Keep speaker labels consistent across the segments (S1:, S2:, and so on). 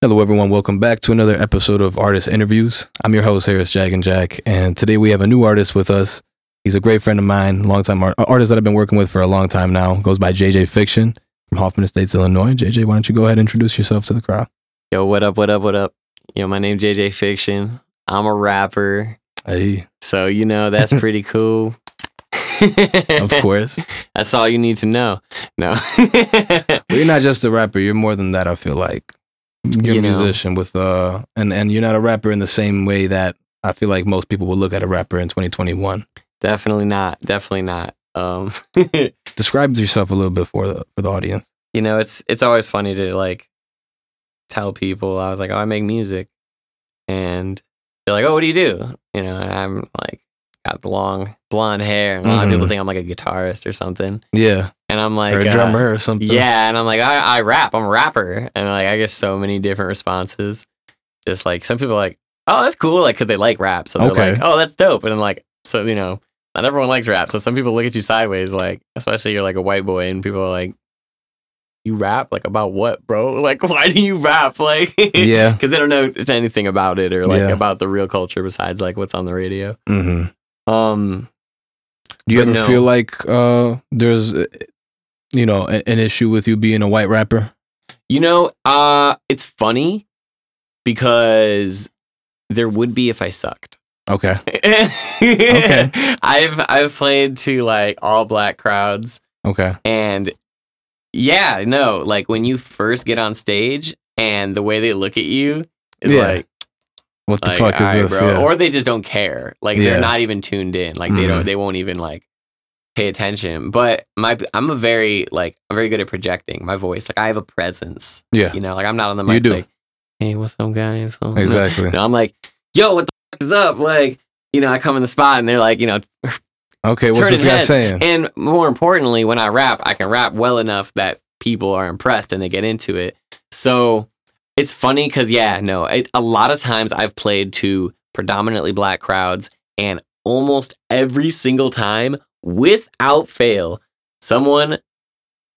S1: Hello, everyone. Welcome back to another episode of Artist Interviews. I'm your host, Harris Jack and Jack, and today we have a new artist with us. He's a great friend of mine, longtime art- artist that I've been working with for a long time now. Goes by JJ Fiction from Hoffman Estates, Illinois. JJ, why don't you go ahead and introduce yourself to the crowd?
S2: Yo, what up, what up, what up? Yo, my name JJ Fiction. I'm a rapper.
S1: Hey,
S2: So, you know, that's pretty cool.
S1: of course.
S2: That's all you need to know. No.
S1: But you're not just a rapper. You're more than that. I feel like you're
S2: You
S1: a
S2: know.
S1: musician with uh, and and you're not a rapper in the same way that I feel like most people would look at a rapper in 2021.
S2: definitely not. Definitely not. Um,
S1: Describe yourself a little bit for the for the audience.
S2: you know, it's it's always funny to like tell people I was like, oh, I make music, and they're like, oh, what do you do? You know, and I'm like, got the long blonde hair, and a lot of people
S1: Mhm.
S2: think I'm like a guitarist or something,
S1: Yeah,
S2: and I'm like,
S1: or a
S2: uh,
S1: drummer or something.
S2: yeah, and I'm like, I, I rap, I'm a rapper, and like I get so many different responses. Just like some people are like, oh, that's cool, like because they like rap, so they're
S1: Okay.
S2: like, oh, that's dope, and I'm like, so you know, not everyone likes rap, so some people look at you sideways, like especially you're like a white boy, and people are like, you rap like about what, bro? Like why do you rap? Like
S1: yeah.
S2: because they don't know anything about it or like
S1: Yeah.
S2: about the real culture besides like what's on the radio.
S1: hmm
S2: Um,
S1: Do you
S2: But
S1: ever
S2: no.
S1: feel like uh, there's, uh, you know, a- an issue with you being a white rapper?
S2: You know, uh, it's funny because there would be if I sucked.
S1: Okay.
S2: okay. I've I've played to like all black crowds
S1: Okay.
S2: and yeah, no, like when you first get on stage and the way they look at you is
S1: Yeah.
S2: like,
S1: What the
S2: like,
S1: fuck is
S2: "All right,
S1: this?
S2: bro.
S1: Yeah.
S2: Or they just don't care. Like
S1: Yeah.
S2: they're not even tuned in. Like they
S1: Mhm.
S2: don't they won't even like pay attention. But my I'm a very like I'm very good at projecting my voice. Like I have a presence.
S1: yeah.
S2: You know, like I'm not on the
S1: You
S2: mic.
S1: do.
S2: Like, hey, what's up, guys? Oh, no.
S1: Exactly.
S2: No, I'm like, yo, what the fuck is up? Like, you know, I come in the spot and they're like, you know,
S1: Okay. What's
S2: Turning
S1: this guy
S2: heads.
S1: saying?
S2: and more importantly, when I rap, I can rap well enough that people are impressed and they get into it. So it's funny because yeah, no, it, a lot of times I've played to predominantly black crowds, and almost every single time, without fail, someone,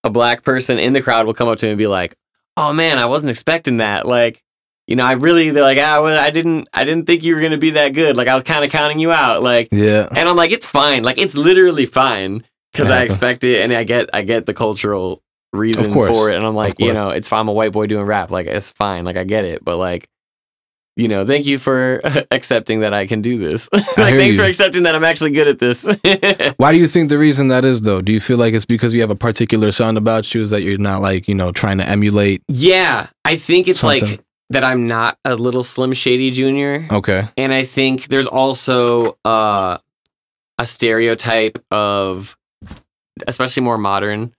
S2: a black person in the crowd, will come up to me and be like, "Oh man, I wasn't expecting that." Like. You know, I really they're like, ah, well, I didn't, I didn't think you were gonna be that good. Like, I was kind of counting you out. Like,
S1: yeah.
S2: and I'm like, it's fine. Like it's literally fine because
S1: It
S2: I
S1: happens.
S2: expect it, and I get I get the cultural reason
S1: course.
S2: for it. And I'm like, you
S1: course.
S2: know, it's fine. I'm a white boy doing rap. Like it's fine. Like I get it. But like, you know, thank you for accepting that I can do this. like
S1: hear
S2: thanks
S1: you.
S2: for accepting that I'm actually good at this.
S1: Why do you think the reason that is though? Do you feel like it's because you have a particular sound about you? Is that you're not like you know trying to emulate?
S2: yeah, I think it's
S1: Something.
S2: like that. I'm not a little Slim Shady Junior.
S1: Okay.
S2: and I think there's also uh, a stereotype of, especially more modern,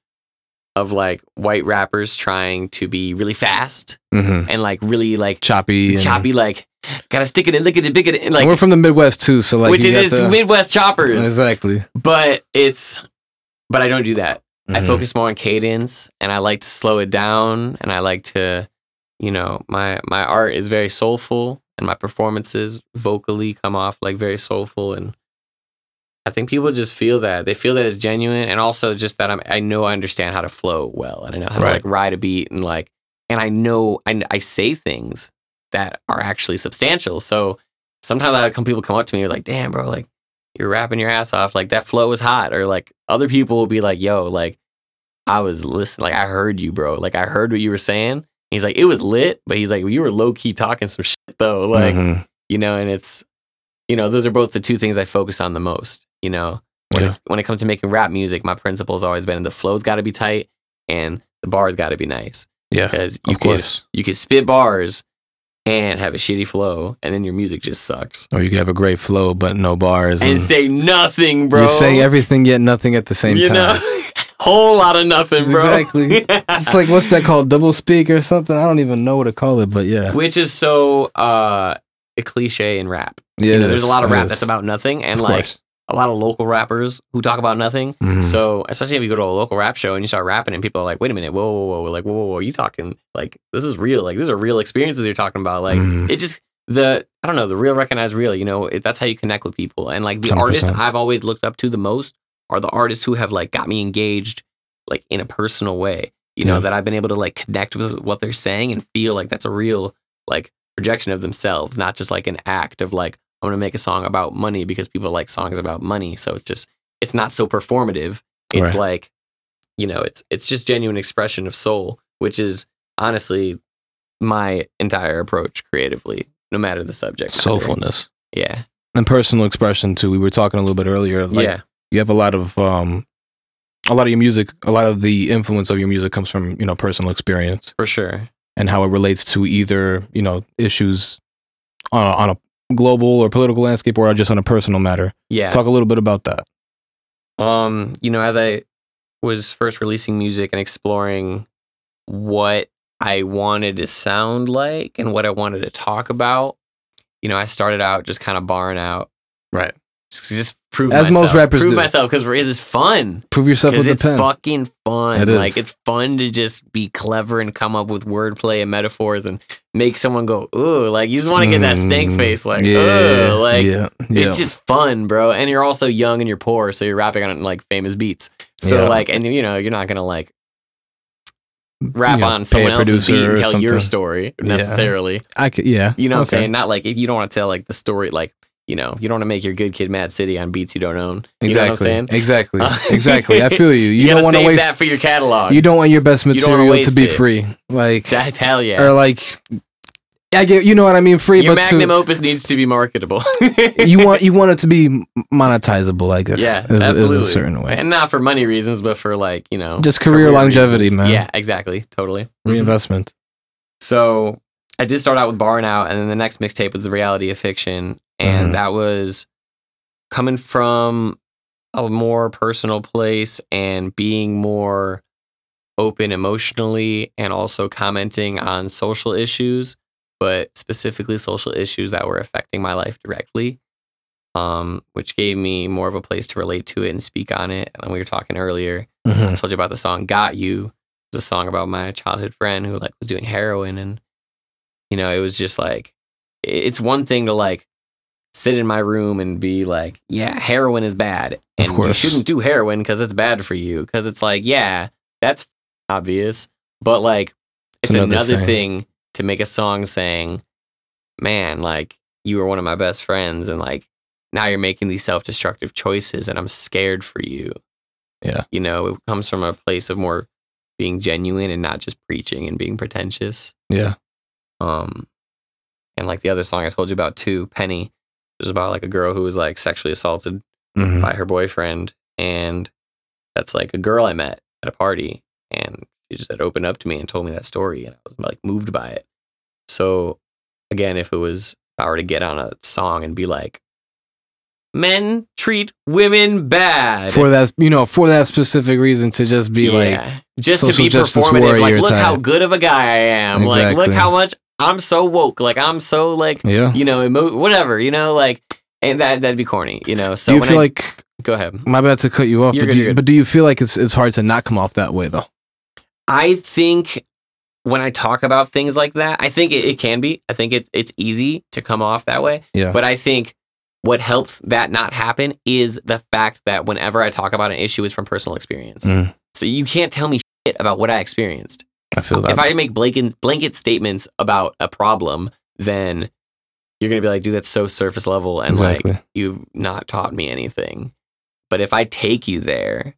S2: of like white rappers trying to be really fast
S1: hmm
S2: and like really like
S1: Choppy. And,
S2: choppy, like gotta stick it and lick it and big it, and
S1: and
S2: like
S1: we're from the Midwest too, so like
S2: which
S1: you got
S2: is
S1: the-
S2: just Midwest choppers.
S1: exactly.
S2: But it's, but I don't do that. I
S1: Mhm.
S2: focus more on cadence and I like to slow it down and I like to you know my my art is very soulful and my performances vocally come off like very soulful and I think people just feel that they feel that it's genuine and also just that I'm I know I understand how to flow well and I know how
S1: Right.
S2: to like ride a beat and like and I know I I say things that are actually substantial so sometimes I come people come up to me and like damn bro like you're rapping your ass off like that flow is hot or like other people will be like yo like i was listening like i heard you bro like i heard what you were saying he's like it was lit but he's like you were low-key talking some shit though like
S1: Mhm.
S2: you know and it's you know those are both the two things i focus on the most you know when,
S1: Yeah.
S2: it's, when it comes to making rap music my principle's always been the flow's got to be tight and the bar's got to be nice
S1: Yeah.
S2: because you
S1: Of
S2: could
S1: course.
S2: you could spit bars and have a shitty flow and then your music just sucks
S1: Or you could have a great flow but no bars.
S2: and say nothing bro
S1: You're saying everything yet nothing at the same time.
S2: whole lot of nothing, bro.
S1: Exactly. It's like what's that called? Double speak or something? I don't even know what to call it, but yeah.
S2: Which is so uh, a cliche in rap.
S1: yeah
S2: you know,
S1: it
S2: there's a
S1: is.
S2: lot of
S1: It
S2: rap
S1: is.
S2: that's about nothing, and
S1: Of
S2: like
S1: course.
S2: a lot of local rappers who talk about nothing.
S1: Mhm.
S2: So especially if you go to a local rap show and you start rapping, and people are like, "Wait a minute, whoa, whoa, whoa!" We're like, "Whoa, whoa, whoa! You talking like this is real? Like these are real experiences you're talking about? Like
S1: Mhm.
S2: it just the I don't know the real recognize real. You know it, that's how you connect with people. And like the
S1: 100%.
S2: artists I've always looked up to the most are the artists who have like got me engaged like in a personal way. you know,
S1: Yeah.
S2: that I've been able to like connect with what they're saying and feel like that's a real like projection of themselves, not just like an act of like, I'm gonna make a song about money because people like songs about money. So it's just it's not so performative. It's
S1: Right.
S2: like, you know, it's it's just genuine expression of soul, which is honestly my entire approach creatively, no matter the subject. matter.
S1: soulfulness
S2: Yeah.
S1: and personal expression too. We were talking a little bit earlier. Like
S2: yeah.
S1: you have a lot of um, a lot of your music. A lot of the influence of your music comes from you know personal experience
S2: For sure.
S1: and how it relates to either you know issues on a, on a global or political landscape or just on a personal matter.
S2: Yeah.
S1: Talk a little bit about that.
S2: um you know as i was first releasing music and exploring what i wanted to sound like and what i wanted to talk about you know i started out just kind of barring out
S1: Right.
S2: just, just prove
S1: As most
S2: myself,
S1: rappers
S2: prove
S1: do.
S2: myself because this is fun
S1: Prove yourself
S2: because
S1: with a
S2: it's
S1: pen.
S2: fucking fun
S1: It
S2: like
S1: is.
S2: it's fun to just be clever and come up with wordplay and metaphors and make someone go ooh like you just want to get that stank
S1: Mm,
S2: face like
S1: yeah,
S2: ooh like
S1: yeah, yeah.
S2: it's just fun, bro. And you're also young and you're poor, so you're rapping on like famous beats. So
S1: Yeah.
S2: like, and you know, you're not gonna like rap
S1: You know,
S2: on
S1: pay
S2: someone
S1: a
S2: else's
S1: producer
S2: beat and
S1: or
S2: tell your
S1: something.
S2: story
S1: Yeah.
S2: necessarily.
S1: I could, yeah.
S2: You know what I'm
S1: Okay.
S2: saying? Not like if you don't want to tell like the story, like you know, you don't want to make your good kid Mad City on beats you don't own. You know what I'm
S1: Exactly.
S2: saying?
S1: Exactly.
S2: Uh,
S1: exactly. I feel you. You,
S2: gotta
S1: don't want to
S2: save
S1: waste.
S2: that for your catalog.
S1: You don't want your best
S2: don't wanna
S1: material to
S2: waste
S1: be
S2: it.
S1: free. Like
S2: that, hell yeah.
S1: or like I get you know what I mean free
S2: your
S1: but to-
S2: magnum opus needs to be marketable.
S1: you want you want it to be m- monetizable I guess.
S2: yeah,
S1: is- is,
S2: absolutely.
S1: a certain way.
S2: and not for money reasons, but for like you know,
S1: Just career longevity,
S2: reasons.
S1: man.
S2: Yeah, exactly, totally. Mhm.
S1: Mm-hmm. Reinvestment.
S2: So I did start out with Barn Out, and then the next mixtape was The Reality of Fiction. And
S1: Mhm.
S2: that was coming from a more personal place and being more open emotionally and also commenting on social issues, but specifically social issues that were affecting my life directly. Um, which gave me more of a place to relate to it and speak on it. And we were talking earlier I
S1: Mhm.
S2: told you about the song "Got You." It's a song about my childhood friend who like was doing heroin, and you know, it was just like i- it's one thing to like sit in my room and be like, "Yeah, heroin is bad, and you
S1: course.
S2: shouldn't do heroin because it's bad for you." Because it's like, yeah, that's obvious, but like,
S1: It's
S2: it's, another,
S1: another
S2: thing to make a song saying, "Man, like you were one of my best friends, and like now you're making these self-destructive choices, and I'm scared for you."
S1: Yeah.
S2: you know, it comes from a place of more being genuine and not just preaching and being pretentious.
S1: Yeah.
S2: Um, and like the other song I told you about too, Penny, was about like a girl who was like sexually assaulted
S1: Mhm.
S2: by her boyfriend, and that's like a girl I met at a party, and she just had opened up to me and told me that story, and I was like moved by it. So, again, if it was if I were to get on a song and be like, "Men treat women bad,"
S1: For that you know for that specific reason to just be like
S2: just to
S1: social
S2: be
S1: justice
S2: performative. Like,
S1: warrior
S2: look how
S1: type.
S2: good of a guy I am. Like, look
S1: Exactly. Mm.
S2: how much I'm so woke. Like, I'm so like,
S1: yeah.
S2: you know, emo- whatever. You know, like, and that that'd be corny. You know. So
S1: do you
S2: when
S1: feel
S2: I
S1: like
S2: go ahead.
S1: my bad to cut you off
S2: You're
S1: but
S2: good,
S1: do
S2: you're
S1: you,
S2: good.
S1: but do you feel like it's it's hard to not come off that way though?
S2: I think when I talk about things like that, I think it, it can be. I think it, it's easy to come off that way.
S1: Yeah.
S2: But I think what helps that not happen is the fact that whenever I talk about an issue, it's from personal experience.
S1: Mm.
S2: So you can't tell me shit about what I experienced.
S1: I feel that.
S2: If I make blanket, blanket statements about a problem, then you're going to be like, dude, that's so surface level. And like,
S1: exactly.
S2: you've not taught me anything. But if I take you there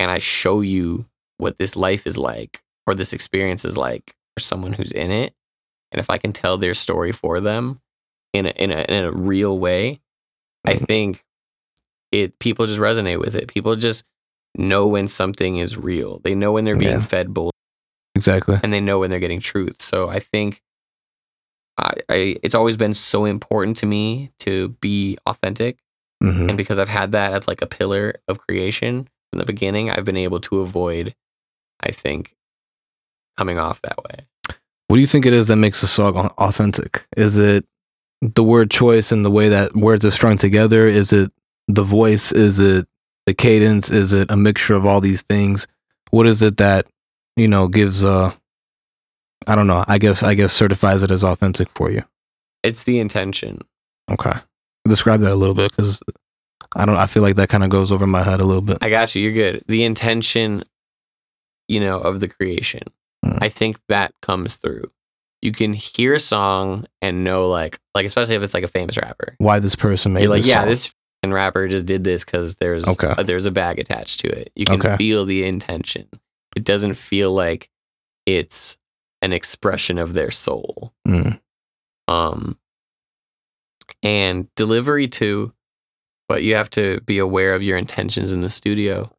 S2: and I show you what this life is like or this experience is like for someone who's in it, and if I can tell their story for them in a, in a, in a real way, I
S1: Mhm.
S2: think it people just resonate with it. People just know when something is real. They know when they're being
S1: Yeah.
S2: fed bull
S1: exactly.
S2: and they know when they're getting truth. So I think I, I it's always been so important to me to be authentic
S1: Mhm.
S2: and because I've had that as like a pillar of creation from the beginning, I've been able to avoid, I think, coming off that way.
S1: What do you think it is that makes a song au- authentic? Is it the word choice and the way that words are strung together? Is it the voice? Is it the cadence? Is it a mixture of all these things? What is it that you know gives uh I don't know. I guess I guess certifies it as authentic for you.
S2: It's the intention.
S1: Okay, describe that a little bit because I don't. I feel like that kind of goes over my head a little bit.
S2: I got you. You're good. The intention you know, of the creation.
S1: Mm.
S2: I think that comes through. You can hear a song and know, like, like especially if it's like a famous rapper.
S1: Why this person made
S2: You're like,
S1: this
S2: yeah,
S1: song.
S2: this f***ing rapper just did this because there's
S1: Okay.
S2: uh, there's a bag attached to it. You can
S1: Okay.
S2: feel the intention. It doesn't feel like it's an expression of their soul.
S1: Mm.
S2: um and delivery too but you have to be aware of your intentions in the studio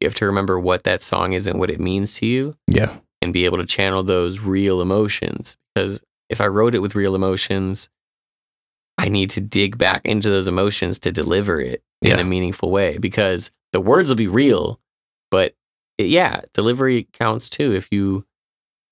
S2: you have to remember what that song is and what it means to you
S1: yeah,
S2: and be able to channel those real emotions because if i wrote it with real emotions i need to dig back into those emotions to deliver it in
S1: Yeah.
S2: a meaningful way because the words will be real but it, yeah delivery counts too if you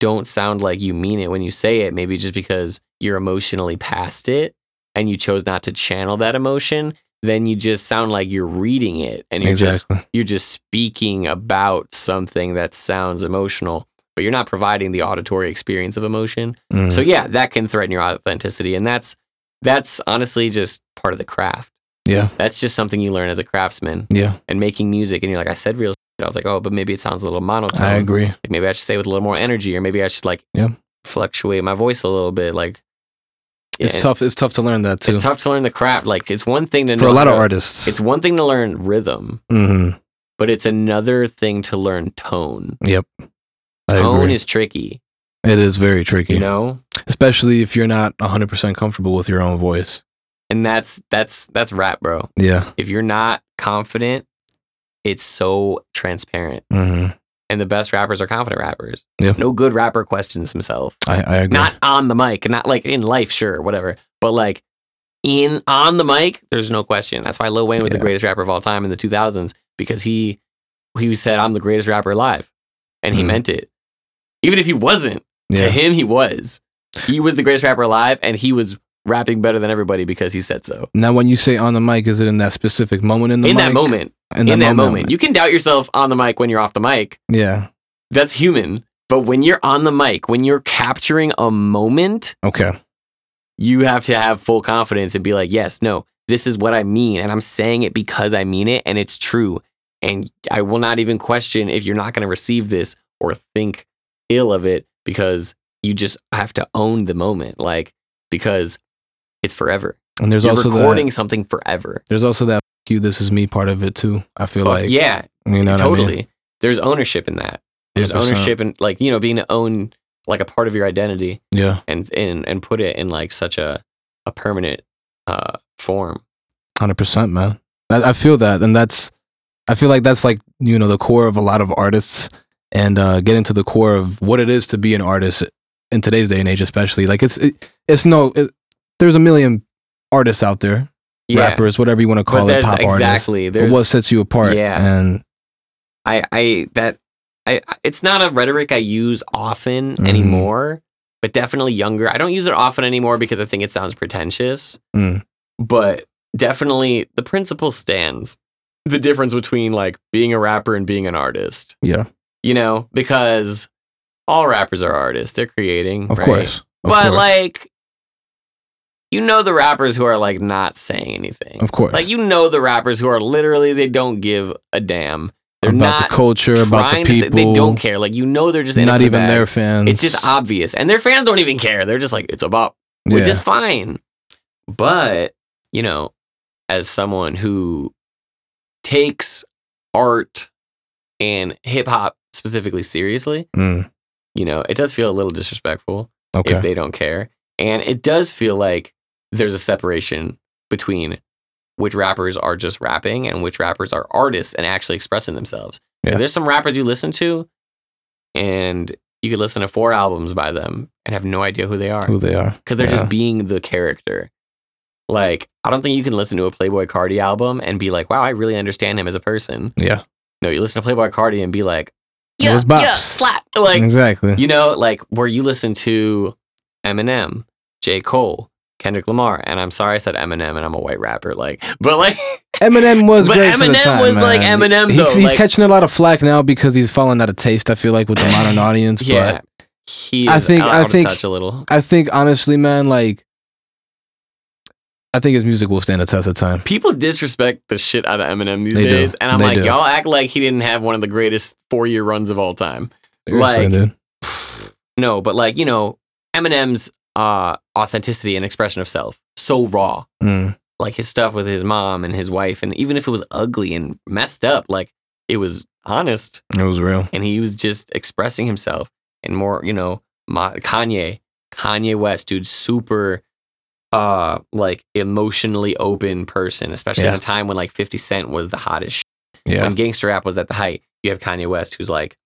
S2: don't sound like you mean it when you say it maybe just because you're emotionally past it and you chose not to channel that emotion then you just sound like you're reading it and you're just
S1: exactly.
S2: you're just speaking about something that sounds emotional, but you're not providing the auditory experience of emotion.
S1: Mm.
S2: So yeah, that can threaten your authenticity, and that's that's honestly just part of the craft.
S1: yeah,
S2: That's just something you learn as a craftsman
S1: yeah,
S2: and making music. And you're like, I said real. Shit. I was like, oh, but maybe it sounds a little monotone.
S1: I agree.
S2: Like maybe I should say it with a little more energy, or maybe I should like
S1: Yeah.
S2: fluctuate my voice a little bit. Like
S1: It's
S2: and
S1: tough. It's tough to learn that too.
S2: It's tough to learn the craft. Like it's one thing to
S1: for
S2: know
S1: a lot
S2: how
S1: of
S2: to-
S1: artists.
S2: It's one thing to learn rhythm,
S1: hmm
S2: but it's another thing to learn tone.
S1: Yep, I
S2: Tone
S1: agree.
S2: is tricky,
S1: it is very tricky,
S2: you know?
S1: especially if you're not 100 percent comfortable with your own voice.
S2: And that's that's that's rap, bro.
S1: Yeah,
S2: If you're not confident, it's so transparent.
S1: hmm
S2: And the best rappers are confident rappers.
S1: Yeah.
S2: No good rapper questions himself.
S1: I, I agree.
S2: Not on the mic, not like in life, sure, whatever. But like in on the mic, there's no question. That's why Lil Wayne was the
S1: Yeah.
S2: greatest rapper of all time in the 2000s because he he said I'm the greatest rapper alive. And he
S1: Mhm.
S2: meant it. Even if he wasn't, To
S1: yeah,
S2: him, he was. He was the greatest rapper alive, and he was rapping better than everybody because he said so.
S1: Now, when you say on the mic, is it in that specific moment in the
S2: in
S1: mic?
S2: that moment, in, that moment, you can doubt yourself on the mic when you're off the mic.
S1: yeah.
S2: That's human. But when you're on the mic, when you're capturing a moment,
S1: Okay.
S2: you have to have full confidence and be like, yes, no, this is what I mean. And I'm saying it because I mean it, and it's true. And I will not even question if you're not going to receive this or think ill of it because you just have to own the moment. Like, because it's forever.
S1: And there's
S2: You're
S1: also
S2: recording
S1: that.
S2: something forever.
S1: There's also that. "F You, this is me. Part of it too. I feel
S2: Oh,
S1: like.
S2: yeah,
S1: You know. what I mean?
S2: totally. There's ownership in that. There's
S1: 100%.
S2: ownership in like, you know, being to own like a part of your identity
S1: Yeah.
S2: and and, and put it in like such a, a permanent uh, form.
S1: Hundred percent, man. I, I feel that, and that's. I feel like that's like you know the core of a lot of artists, and uh, get into the core of what it is to be an artist in today's day and age, especially. Like it's it, it's no. It, there's a million artists out there,
S2: Yeah.
S1: rappers, whatever you want to
S2: but
S1: call it,
S2: there's
S1: pop artists.
S2: exactly
S1: But
S2: there's
S1: what sets you apart?
S2: Yeah.
S1: And
S2: I, I that I it's not a rhetoric I use often
S1: Mhm.
S2: anymore, but definitely younger. I don't use it often anymore because I think it sounds pretentious.
S1: Mm.
S2: But definitely the principle stands. The difference between like being a rapper and being an artist.
S1: Yeah.
S2: You know, because all rappers are artists. They're creating.
S1: of
S2: right?
S1: course, of
S2: but
S1: course,
S2: like you know the rappers who are like not saying anything.
S1: of course,
S2: Like you know the rappers who are literally they don't give a damn. They're
S1: about
S2: not
S1: the culture, about the
S2: trying to say-
S1: people.
S2: they don't care. Like you know they're just in it
S1: not
S2: for the
S1: even
S2: bag.
S1: their fans.
S2: It's just obvious, and their fans don't even care. They're just like it's a bop, which
S1: Yeah.
S2: is fine. But you know, as someone who takes art and hip hop specifically seriously,
S1: Mm,
S2: you know, it does feel a little disrespectful
S1: okay.
S2: if they don't care. And it does feel like there's a separation between which rappers are just rapping and which rappers are artists and actually expressing themselves. 'Cause
S1: Yeah.
S2: there's some rappers you listen to and you could listen to four albums by them and have no idea who they are
S1: who they are.
S2: because they're
S1: Yeah.
S2: just being the character. Like, I don't think you can listen to a Playboy Cardi album and be like, wow, I really understand him as a person.
S1: Yeah.
S2: No, you listen to Playboy Cardi and be like,
S1: It
S2: yeah,
S1: was bops.
S2: yeah, slap. Like,
S1: exactly.
S2: you know, like where you listen to Eminem, J. Cole, Kendrick Lamar, and I'm sorry I said Eminem and I'm a white rapper, like, but like,
S1: Eminem was
S2: But
S1: great for the
S2: Eminem
S1: time.
S2: was like
S1: man.
S2: Eminem,
S1: He's,
S2: though,
S1: he's
S2: like-
S1: catching a lot of flack now because he's fallen out of taste. I feel like with the modern audience,
S2: yeah,
S1: but
S2: he is
S1: I think-
S2: out
S1: I
S2: of
S1: think-
S2: touch a little.
S1: I think honestly, man, like I think his music will stand the test of time.
S2: People disrespect the shit out of Eminem these
S1: They do.
S2: days, and I'm
S1: They
S2: like,
S1: do.
S2: y'all act like he didn't have one of the greatest four year runs of all time. Like-
S1: Seriously, dude.
S2: No, but like you know, Eminem's uh, authenticity and expression of self so raw.
S1: Mm.
S2: Like his stuff with his mom and his wife, and even if it was ugly and messed up, like it was honest,
S1: it was real.
S2: and he was just expressing himself. And more, you know, my, Kanye, Kanye West, dude, super uh like emotionally open person especially
S1: Yeah.
S2: at a time when like 50 cent was the hottest
S1: Yeah,
S2: when gangster rap was at the height, you have Kanye West who's like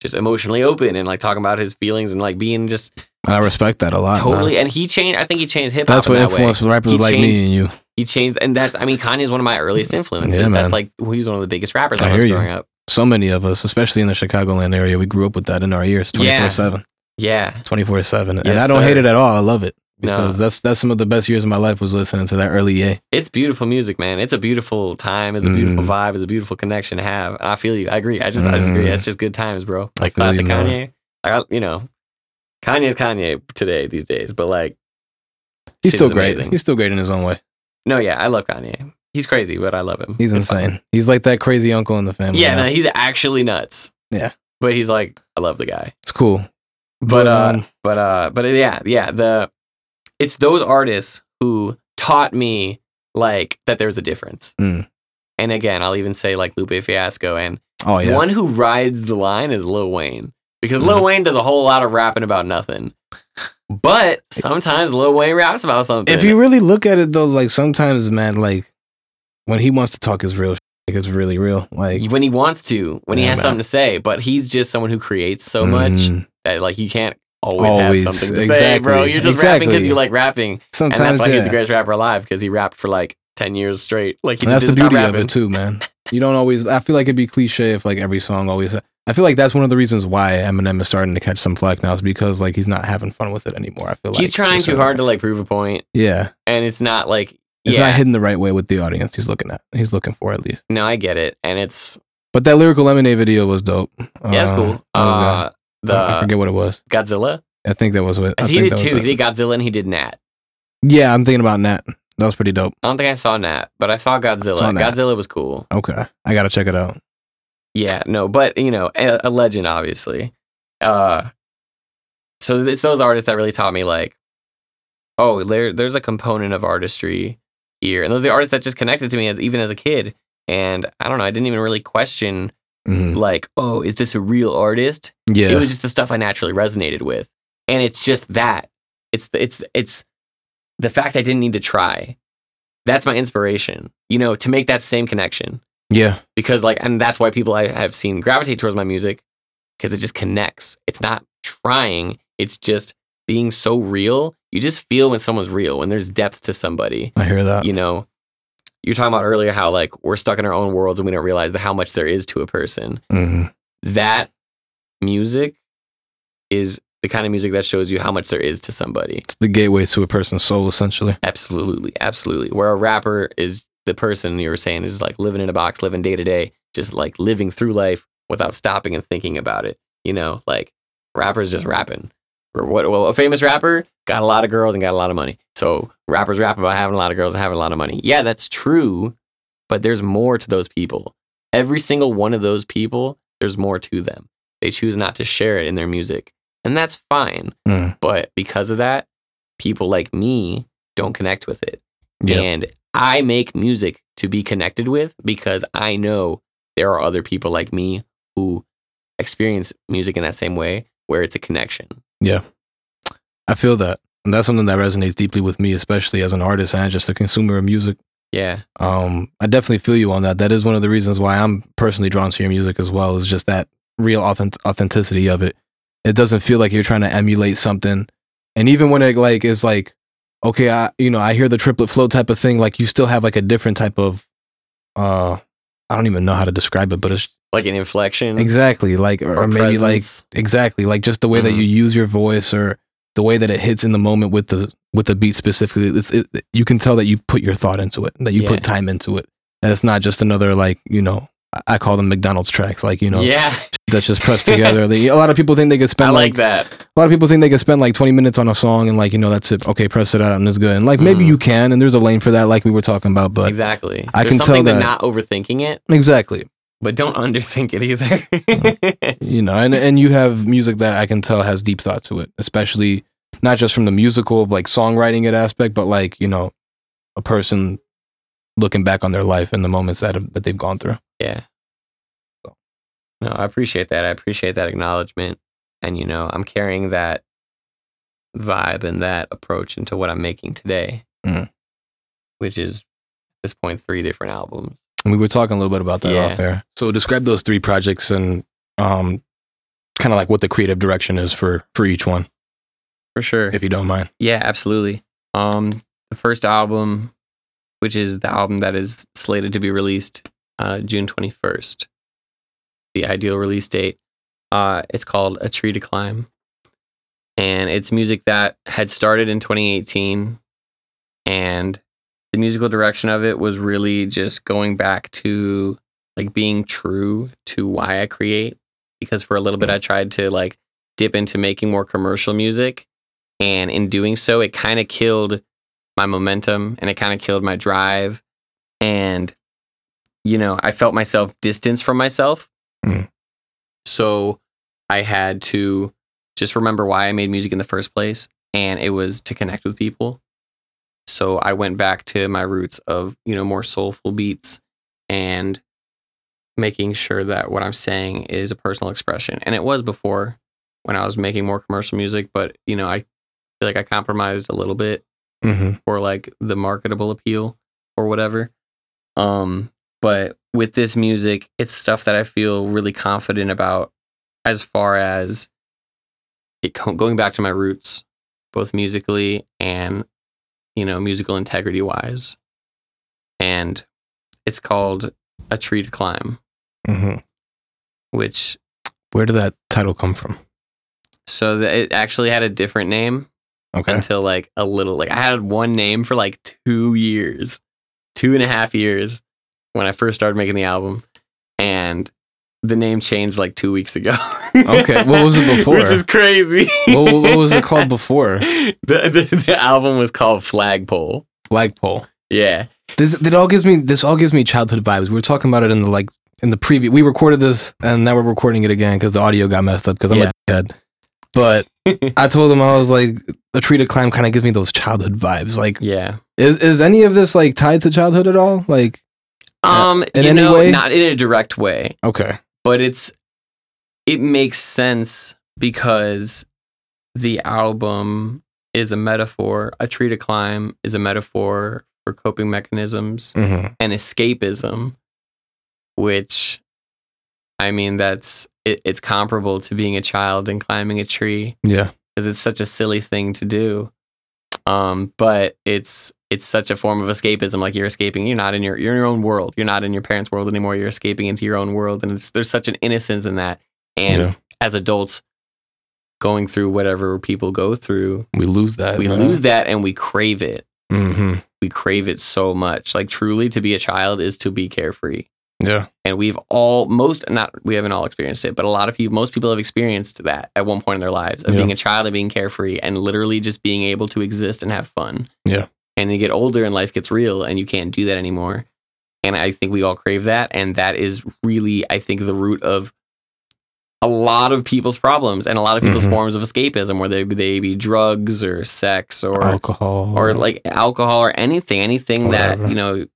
S2: just emotionally open and like talking about his feelings and like being just
S1: and I respect that a lot. man.
S2: totally. And he changed. I think he changed hip hop.
S1: Uh-huh. That's what
S2: that
S1: influenced rappers
S2: He
S1: like
S2: changed-
S1: me and you.
S2: Way. He changed, and that's. I mean, Kanye's one of my earliest influences.
S1: Yeah, man.
S2: that's like he was one of the biggest rappers
S1: I
S2: I was
S1: hear you.
S2: growing up.
S1: So many of us, especially in the Chicagoland area, we grew up with that in our ears, twenty
S2: Yeah.
S1: four seven,
S2: Yeah,
S1: twenty four seven. And
S2: Yes,
S1: I don't
S2: sir.
S1: hate it at all. I love it
S2: No.
S1: because that's that's some of the best years of my life was listening to that early A.
S2: it's beautiful music, man. It's a beautiful time. It's a beautiful
S1: Mhm.
S2: vibe. It's a beautiful connection to have. I feel you. I agree. I just, I just agree.
S1: Mhm.
S2: That's just good times, bro.
S1: I feel you,
S2: Classic
S1: man.
S2: Kanye. I got, you know, Kanye's Kanye today these days, but like
S1: He's
S2: Shit
S1: still
S2: is
S1: great.
S2: amazing.
S1: He's still great in his own way.
S2: No, yeah, I love Kanye. He's crazy, but I love him.
S1: He's
S2: It's
S1: insane. He's like that crazy uncle in the
S2: fun.
S1: family.
S2: Yeah,
S1: man.
S2: no, he's actually nuts.
S1: Yeah.
S2: But he's like, I love the guy.
S1: it's cool.
S2: But
S1: But,
S2: uh
S1: um,
S2: but uh but uh, yeah, yeah, the it's those artists who taught me like that there's a difference.
S1: Mm.
S2: And again, I'll even say like Lupe Fiasco and
S1: Oh yeah,
S2: one who rides the line is Lil Wayne. Because Lil
S1: Mhm.
S2: Wayne does a whole lot of rapping about nothing. But sometimes Lil Wayne raps about something.
S1: If you really look at it though, like sometimes, man, like when he wants to talk is real, sh- like it's really real. Like
S2: when he wants to, when he
S1: Yeah,
S2: has
S1: man.
S2: something to say, but he's just someone who creates so much
S1: mm,
S2: that like you can't always,
S1: Always,
S2: have something to say,
S1: exactly,
S2: bro. You're just rapping because
S1: exactly.
S2: you like rapping, and
S1: Sometimes
S2: that's why he's the
S1: yeah.
S2: greatest rapper alive because he rapped for like ten years straight. Like he
S1: And
S2: just
S1: that's the
S2: didn't stop
S1: beauty of
S2: rapping.
S1: it too, man. You don't always. I feel like it'd be cliche if like every song always. I feel like that's one of the reasons why Eminem is starting to catch some flack now is because like he's not having fun with it anymore. I feel like
S2: he's trying too hard to like prove a point,
S1: Yeah,
S2: and it's not like
S1: it's
S2: yeah,
S1: not hidden the right way with the audience. He's looking at. He's looking for at least.
S2: no, I get it, and it's
S1: But that lyrical lemonade video was dope. Yeah,
S2: yeah, it's cool.
S1: I
S2: Uh, the
S1: forget what it was.
S2: Godzilla,
S1: I think that was what I
S2: he
S1: think
S2: did
S1: that was
S2: two.
S1: it.
S2: He did Godzilla and he did Nat.
S1: Yeah, I'm thinking about Nat. That was pretty dope.
S2: I don't think I saw Nat, but I saw Godzilla.
S1: Saw Nat.
S2: Godzilla was cool.
S1: Okay, I gotta check it out.
S2: Yeah, no, but you know, a, a legend, obviously. Uh, so it's those artists that really taught me, like, oh, there, there's a component of artistry here, and those are the artists that just connected to me as even as a kid. And I don't know, I didn't even really question,
S1: Mhm.
S2: like, oh, is this a real artist?
S1: Yeah,
S2: It was just the stuff I naturally resonated with, and it's just that. It's it's it's the fact I didn't need to try. That's my inspiration, you know, to make that same connection
S1: yeah,
S2: because like and that's why people I have seen gravitate towards my music because it just connects. It's not trying, it's just being so real. You just feel when someone's real, when there's depth to somebody,
S1: I hear that.
S2: you know. You're talking about earlier how like we're stuck in our own worlds and we don't realize the, how much there is to a person.
S1: Mhm.
S2: That music is the kind of music that shows you how much there is to somebody.
S1: It's the gateway to a person's soul, essentially.
S2: Absolutely, absolutely. Where a rapper is the person you were saying is like living in a box, living day to day, just like living through life without stopping and thinking about it. You know, like rappers just rapping. Or what? Well, a famous rapper got a lot of girls and got a lot of money. So rappers rap about having a lot of girls and having a lot of money. Yeah, that's true, but there's more to those people. Every single one of those people, there's more to them. They choose not to share it in their music, and that's fine.
S1: Mm.
S2: But because of that, people like me don't connect with it.
S1: Yeah,
S2: And I make music to be connected with because I know there are other people like me who experience music in that same way where it's a connection.
S1: I feel that. And that's something that resonates deeply with me, especially as an artist and just a consumer of music.
S2: Yeah.
S1: Um, I definitely feel you on that. That is one of the reasons why I'm personally drawn to your music as well. Is just that real authentic- authenticity of it. It doesn't feel like you're trying to emulate something. And even when it like is like, okay, I you know I hear the triplet flow type of thing. Like you still have like a different type of, uh, I don't even know how to describe it, but it's
S2: Like an inflection.
S1: exactly like or,
S2: or
S1: maybe like
S2: Mm-hmm. presence.
S1: exactly like just the way that
S2: Mhm.
S1: you use your voice or the way that it hits in the moment with the with the beat specifically it's it, you can tell that you put your thought into it that you
S2: Yeah.
S1: put time into it that it's not just another like you know I- I call them McDonald's tracks, like you know,
S2: yeah,
S1: that's just pressed together. They- a lot of people think they could
S2: I
S1: spend
S2: like
S1: like,
S2: that.
S1: a lot of people think they could spend like 20 minutes on a song and like you know that's it. Okay, press it out and it's good. And like maybe
S2: Mm.
S1: you can, and there's a lane for that, like we were talking about. But
S2: Exactly.
S1: I
S2: There's
S1: can
S2: something
S1: tell
S2: to
S1: that-
S2: not overthinking it,
S1: exactly,
S2: but don't underthink it either.
S1: you know, and and you have music that I can tell has deep thought to it, especially not just from the musical like songwriting it aspect, but like you know, a person looking back on their life and the moments that that they've gone through.
S2: Yeah. No, I appreciate that. I appreciate that acknowledgement. And, you know, I'm carrying that vibe and that approach into what I'm making today,
S1: Mm.
S2: which is at this point three different albums.
S1: And we were talking a little bit about that
S2: Yeah.
S1: off air. So describe those three projects and um, kind of like what the creative direction is for for each one,
S2: For sure.
S1: if you don't mind.
S2: Yeah, absolutely. Um, the first album, which is the album that is slated to be released uh, June 21st, the ideal release date, uh, it's called A Tree to Climb. And it's music that had started in 2018. And the musical direction of it was really just going back to like being true to why I create. Because for a little bit, I tried to like dip into making more commercial music and in doing so it kind of killed my momentum and it kind of killed my drive and you know i felt myself distanced from myself
S1: Mm.
S2: so i had to just remember why i made music in the first place and it was to connect with people so i went back to my roots of you know more soulful beats and making sure that what i'm saying is a personal expression and it was before when i was making more commercial music but you know i feel like I compromised a little bit
S1: Mm-hmm.
S2: for like the marketable appeal or whatever. Um, but with this music, it's stuff that I feel really confident about as far as it co- going back to my roots, both musically and you know musical integrity wise. And it's called a tree to climb,
S1: Mm-hmm.
S2: which
S1: Where did that title come from?
S2: so that it actually had a different name.
S1: Okay.
S2: until like a little like I had one name for like two years, two and a half years when I first started making the album, and the name changed like two weeks ago.
S1: Okay, what was it before?
S2: Which is crazy.
S1: what, what was it called before?
S2: the, the the album was called Flagpole.
S1: Flagpole.
S2: Yeah,
S1: This it all gives me this all gives me childhood vibes. We were talking about it in the like in the preview. We recorded this and now we're recording it again because the audio got messed up because I'm
S2: Yeah.
S1: a dickhead. But I told him I was like a tree to climb kind of gives me those childhood vibes. Like
S2: yeah.
S1: is is any of this like tied to childhood at all? Like
S2: Um,
S1: in
S2: you
S1: any
S2: know,
S1: way?
S2: not in a direct way.
S1: okay,
S2: but it's it makes sense because the album is a metaphor a tree to climb is a metaphor for coping mechanisms
S1: mm-hmm.
S2: and escapism which i mean that's it, it's comparable to being a child and climbing a tree
S1: yeah,
S2: because it's such a silly thing to do um but it's it's such a form of escapism like you're escaping you're not in your you're in your own world you're not in your parents world anymore you're escaping into your own world and it's, there's such an innocence in that and
S1: Yeah.
S2: as adults going through whatever people go through
S1: we lose that.
S2: we lose that and we crave it
S1: Mm-hmm.
S2: we crave it so much like truly to be a child is to be carefree
S1: Yeah,
S2: and we've all most not we haven't all experienced it but a lot of people most people have experienced that at one point in their lives of
S1: Yeah.
S2: being a child and being carefree and literally just being able to exist and have fun
S1: Yeah.
S2: and you get older and life gets real and you can't do that anymore and i think we all crave that and that is really i think the root of a lot of people's problems and a lot of people's
S1: Mhm.
S2: forms of escapism where they, they be drugs or sex or
S1: Oh, alcohol
S2: or like alcohol or anything, anything that
S1: Whatever.
S2: you know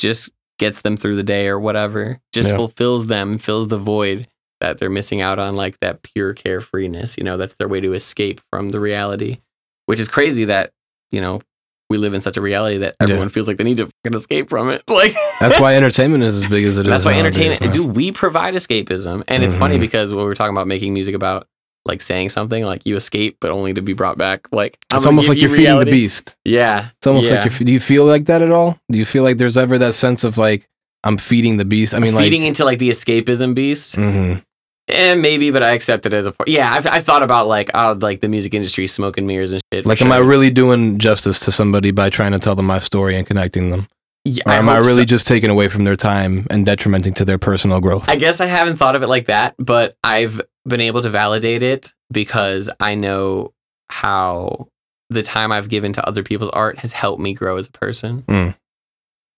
S2: just gets them through the day or whatever, just
S1: Yeah.
S2: fulfills them, fills the void that they're missing out on, like that pure carefreeness. You know, that's their way to escape from the reality, which is crazy that you know we live in such a reality that
S1: Yeah.
S2: everyone feels like they need to fucking escape from it. Like
S1: that's why entertainment is as big as it is.
S2: that's why
S1: nowadays,
S2: entertainment.
S1: man.
S2: do we provide escapism? And it's funny
S1: Mhm.
S2: because when we were talking about making music about like saying something like you escape but only to be brought back like I'm
S1: It's
S2: gonna
S1: almost
S2: give
S1: like
S2: you
S1: you're feeding
S2: reality.
S1: the beast.
S2: yeah
S1: It's almost
S2: Yeah.
S1: like you're, do you feel like that at all? Do you feel like there's ever that sense of like I'm feeding the beast? I mean, like
S2: feeding into like the escapism beast.
S1: mhm.
S2: And maybe, but I accept it as a part. Yeah, I've, I thought about like, oh, like the music industry, smoke and mirrors and shit. for
S1: like am I
S2: sure.
S1: really doing justice to somebody by trying to tell them my story and connecting them?
S2: Yeah,
S1: Or am I
S2: hope so.
S1: really just taking away from their time and detrimenting to their personal growth?
S2: I guess I haven't thought of it like that, but I've been able to validate it because I know how the time I've given to other people's art has helped me grow as a person.
S1: Mm.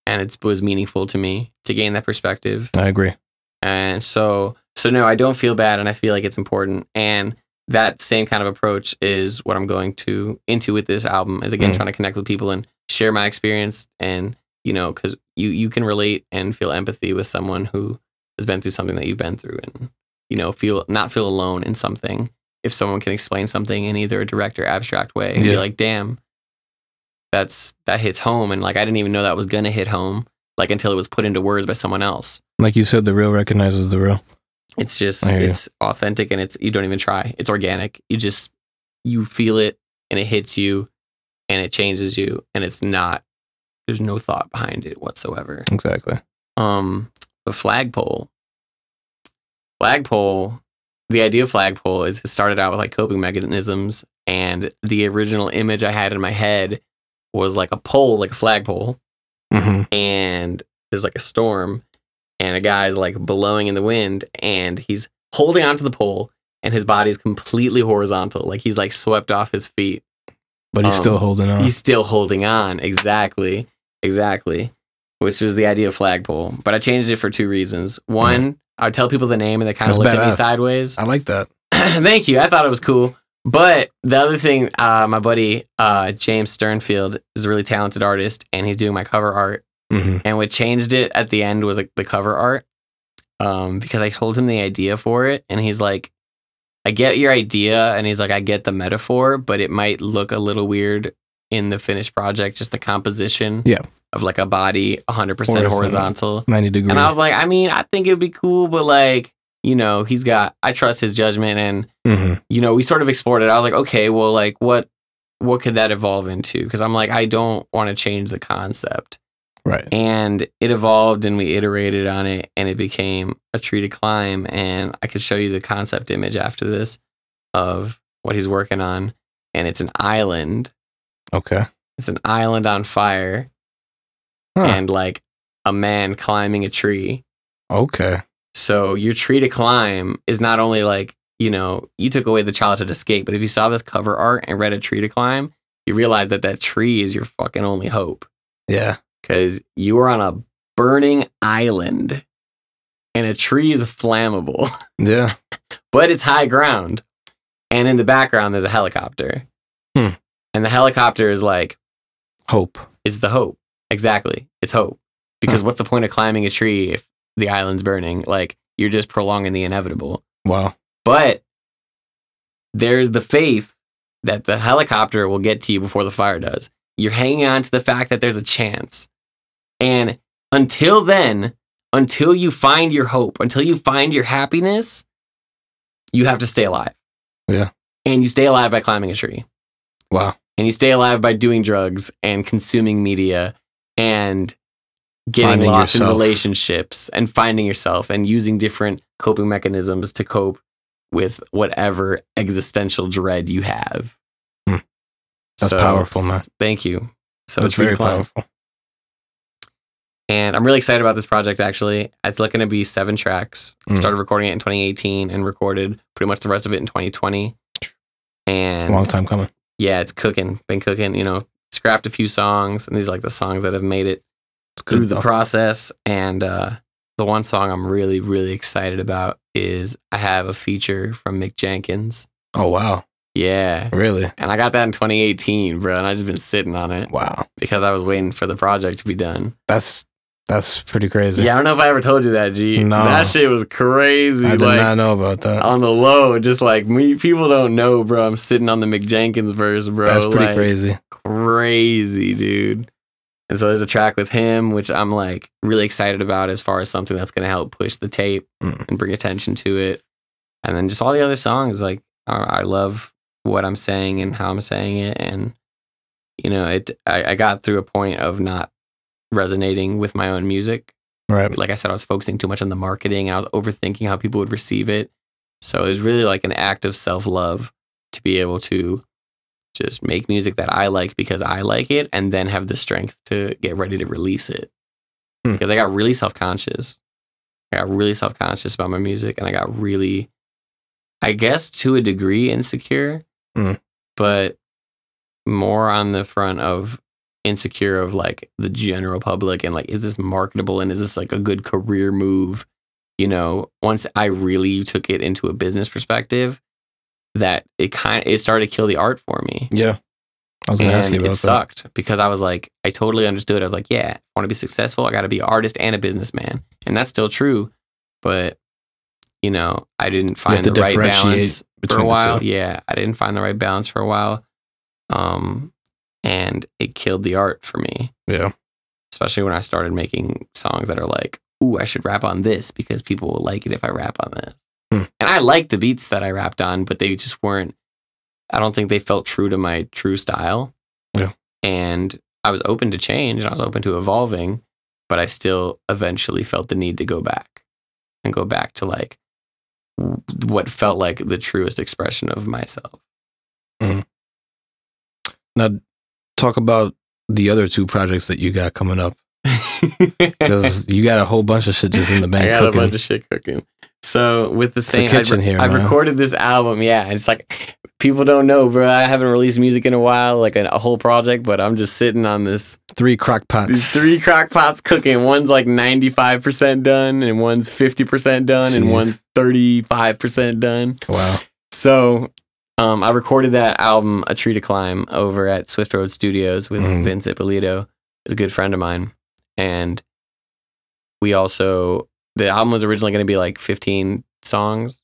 S2: And it was meaningful to me to gain that perspective.
S1: I agree.
S2: And so, so no, I don't feel bad and I feel like it's important. And that same kind of approach is what I'm going to into with this album is again
S1: Mm.
S2: trying to connect with people and share my experience and you know because you you can relate and feel empathy with someone who has been through something that you've been through and you know feel not feel alone in something if someone can explain something in either a direct or abstract way and be
S1: Yeah.
S2: like damn that's that hits home and like I didn't even know that was gonna hit home like until it was put into words by someone else
S1: Like you said, the real recognizes the real.
S2: it's just
S1: I hear you.
S2: it's authentic and it's you don't even try. It's organic. You just you feel it and it hits you and it changes you and it's not there's no thought behind it whatsoever.
S1: Exactly.
S2: Um but flagpole. Flagpole the idea of flagpole is it started out with like coping mechanisms and the original image I had in my head was like a pole, like a flagpole
S1: hmm
S2: and there's like a storm and a guy's like blowing in the wind and he's holding onto the pole and his body's completely horizontal like he's like swept off his feet
S1: But he's
S2: Um,
S1: still holding on.
S2: he's still holding on exactly exactly which was the idea of flagpole but i changed it for two reasons one i would tell people the name and they kind of
S1: Mm-hmm. That's
S2: looked at me
S1: badass. Uh,
S2: sideways
S1: I like that.
S2: Thank you. I thought it was cool. But the other thing, uh, my buddy uh, James Sternfield is a really talented artist, and he's doing my cover art.
S1: hmm
S2: And what changed it at the end was like the cover art, um, because I told him the idea for it, and he's like, "I get your idea," and he's like, "I get the metaphor, but it might look a little weird in the finished project, just the composition,
S1: Yeah.
S2: of like a body 100 percent
S1: Horizontal.
S2: horizontal."
S1: 90 degrees.
S2: And I was like, I mean, I think it'd be cool, but like, you know, he's got. I trust his judgment, and
S1: hmm
S2: you know, we sort of explored it. I was like, okay, well, like what what could that evolve into? Because I'm like, I don't want to change the concept.
S1: Right.
S2: And it evolved and we iterated on it and it became a tree to climb. And I could show you the concept image after this of what he's working on. And it's an island.
S1: Okay.
S2: It's an island on fire
S1: Huh.
S2: and like a man climbing a tree.
S1: Okay.
S2: So your tree to climb is not only like, you know, you took away the childhood escape, but if you saw this cover art and read a tree to climb, you realize that that tree is your fucking only hope
S1: Yeah.
S2: because you are on a burning island and a tree is flammable,
S1: Yeah.
S2: but it's high ground. And in the background, there's a helicopter.
S1: Hmm.
S2: And the helicopter is like,
S1: Hope.
S2: it's the hope. Exactly. It's hope. Because what's the point of climbing a tree if the island's burning? Like, you're just prolonging the inevitable.
S1: Wow.
S2: But there's the faith that the helicopter will get to you before the fire does. You're hanging on to the fact that there's a chance. And until then, until you find your hope, until you find your happiness, you have to stay alive.
S1: Yeah.
S2: And you stay alive by climbing a tree.
S1: Wow.
S2: And you stay alive by doing drugs and consuming media and getting
S1: Finding
S2: lost in
S1: yourself.
S2: relationships and finding yourself and using different coping mechanisms to cope with whatever existential dread you have.
S1: Hmm. That's
S2: So,
S1: powerful, man.
S2: Thank you. So
S1: That's
S2: it's
S1: very
S2: very powerful.
S1: powerful.
S2: And I'm really excited about this project actually. It's going to be seven tracks.
S1: Mm.
S2: Started recording it in 2018 and recorded pretty much the rest of it in 2020. And
S1: Long time coming.
S2: yeah, it's cooking. Been cooking, you know, scrapped a few songs and these are like the songs that have made it
S1: It's
S2: through the
S1: though.
S2: process. And uh, the one song I'm really, really excited about is I have a feature from Mick Jenkins.
S1: oh, wow.
S2: Yeah.
S1: Really?
S2: And I got that in 2018, bro. And I've just been sitting on it
S1: Wow.
S2: because I was waiting for the project to be done.
S1: That's that's pretty crazy.
S2: Yeah, I don't know if I ever told you that, G.
S1: No.
S2: That shit was crazy.
S1: I did
S2: like, oh,
S1: not know about that.
S2: on the low, just like me, people don't know, bro. I'm sitting on the Mick Jenkins verse, bro.
S1: That's pretty
S2: like,
S1: crazy.
S2: crazy, dude. And so there's a track with him, which I'm like really excited about as far as something that's going to help push the tape
S1: Mm.
S2: and bring attention to it. And then just all the other songs, like I, I love what I'm saying and how I'm saying it. And, you know, it, I, I got through a point of not resonating with my own music.
S1: Right.
S2: Like I said, I was focusing too much on the marketing and I was overthinking how people would receive it. So it was really like an act of self love to be able to just make music that I like because I like it and then have the strength to get ready to release it.
S1: Hmm.
S2: because I got really self conscious. I got really self conscious about my music, and I got really, I guess, to a degree, insecure,
S1: Hmm.
S2: but more on the front of insecure of like the general public and like is this marketable and is this like a good career move you know once i really took it into a business perspective that it kind it started to kill the art for me
S1: Yeah. I was gonna ask
S2: and
S1: you about
S2: it
S1: that.
S2: sucked because I was like, I totally understood. I was like, yeah, I want to be successful. I got to be an artist and a businessman, and that's still true. But you know, I didn't find
S1: to
S2: the right
S1: differentiate
S2: balance for
S1: between
S2: a
S1: the
S2: while.
S1: two.
S2: Yeah, I didn't find the right balance for a while, um, and it killed the art for me.
S1: Yeah.
S2: Especially when I started making songs that are like, ooh, I should rap on this because people will like it if I rap on this.
S1: Hmm.
S2: And I liked the beats that I rapped on, but they just weren't. I don't think they felt true to my true style.
S1: Yeah.
S2: And I was open to change and I was open to evolving, but I still eventually felt the need to go back and go back to like w- what felt like the truest expression of myself.
S1: Now, talk about the other two projects that you got coming up because you got a whole bunch of shit just in the
S2: I
S1: bank
S2: got a
S1: cooking.
S2: bunch of shit cooking. So with the
S1: the
S2: same,
S1: kitchen
S2: I,
S1: here,
S2: I
S1: man.
S2: recorded this album. Yeah, and it's like people don't know, bro. I haven't released music in a while, like a, a whole project. But I'm just sitting on this
S1: three crock pots.
S2: these three crock pots cooking. One's like 95% done, and one's 50% done,
S1: Jeez.
S2: and one's 35% done.
S1: Wow.
S2: So um, I recorded that album, A Tree to Climb, over at Swift Road Studios with
S1: Mhm.
S2: Vince Ippolito, who's a good friend of mine. And we also, the album was originally going to be like 15 songs,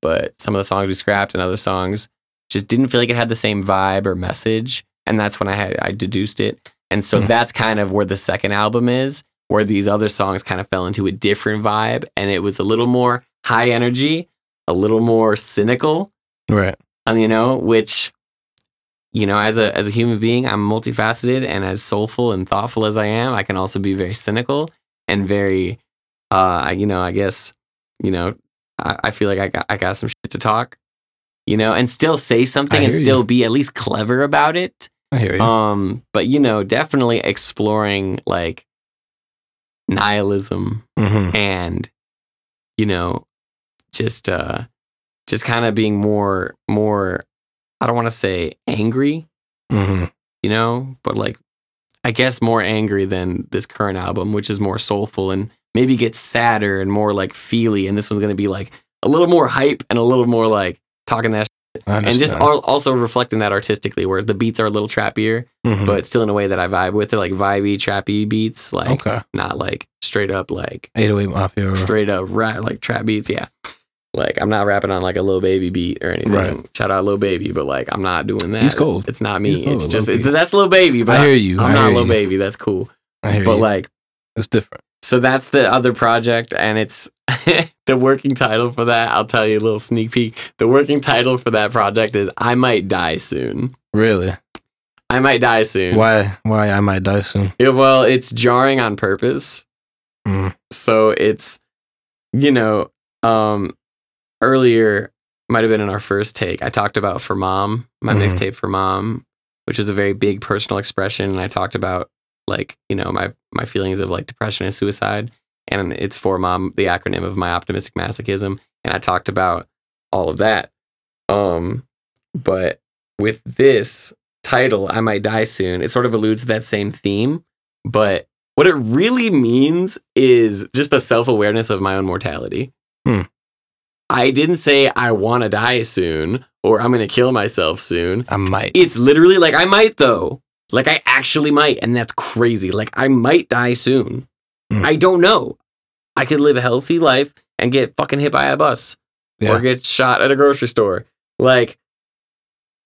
S2: but some of the songs we scrapped and other songs just didn't feel like it had the same vibe or message. And that's when I had, I deduced it. And so
S1: Mhm.
S2: that's kind of where the second album is, where these other songs kind of fell into a different vibe. And it was a little more high energy, a little more cynical
S1: Right.
S2: um, you know, which you know, as a as a human being, I'm multifaceted and as soulful and thoughtful as I am, I can also be very cynical and very, uh, I- you know, I guess, you know, I, I feel like I got I got some shit to talk, you know, and still say something
S1: I
S2: and
S1: hear you.
S2: still be at least clever about it.
S1: I hear you.
S2: Um, but you know, definitely exploring like nihilism
S1: hmm
S2: and you know just uh just kind of being more more i don't want to say angry
S1: hmm
S2: you know but like i guess more angry than this current album which is more soulful and maybe gets sadder and more like feely and this one's going to be like a little more hype and a little more like talking that
S1: I
S2: shit. and just
S1: understand.
S2: al- also reflecting that artistically where the beats are a little trappier
S1: Mhm.
S2: but still in a way that i vibe with it like vibey trappy beats like
S1: okay.
S2: not like straight up like
S1: 808 Mafia. Or,
S2: straight up rap like trap beats. Yeah, like I'm not rapping on like a little baby beat or anything.
S1: Right.
S2: Shout out little baby, but like I'm not doing that.
S1: He's cold.
S2: It's not me.
S1: He's cold,
S2: it's just
S1: Lil
S2: it,
S1: Baby.
S2: that's little baby. But
S1: I hear you.
S2: I'm
S1: I
S2: not
S1: hear
S2: little
S1: you.
S2: baby. That's cool.
S1: I hear
S2: But
S1: you.
S2: like
S1: it's different.
S2: so that's the other project, and it's the working title for that. I'll tell you a little sneak peek. The working title for that project is I might die soon.
S1: Really?
S2: I might die soon.
S1: Why? Why I might die soon?
S2: Yeah, well, it's jarring on purpose.
S1: Mm.
S2: So it's, you know, um, earlier might have been in our first take. I talked about for mom, my
S1: Mhm.
S2: mixtape for mom, which was a very big personal expression, and I talked about like you know my my feelings of like depression and suicide, and it's for mom, the acronym of my optimistic masochism, and I talked about all of that. Um, but with this title, I might die soon. It sort of alludes to that same theme, but what it really means is just the self awareness of my own mortality.
S1: Hmm.
S2: I didn't say I want to die soon or I'm going to kill myself soon.
S1: I might.
S2: It's literally like I might though. Like I actually might and that's crazy. Like I might die soon.
S1: Hmm.
S2: I don't know. I could live a healthy life and get fucking hit by a bus
S1: Yeah.
S2: or get shot at a grocery store. Like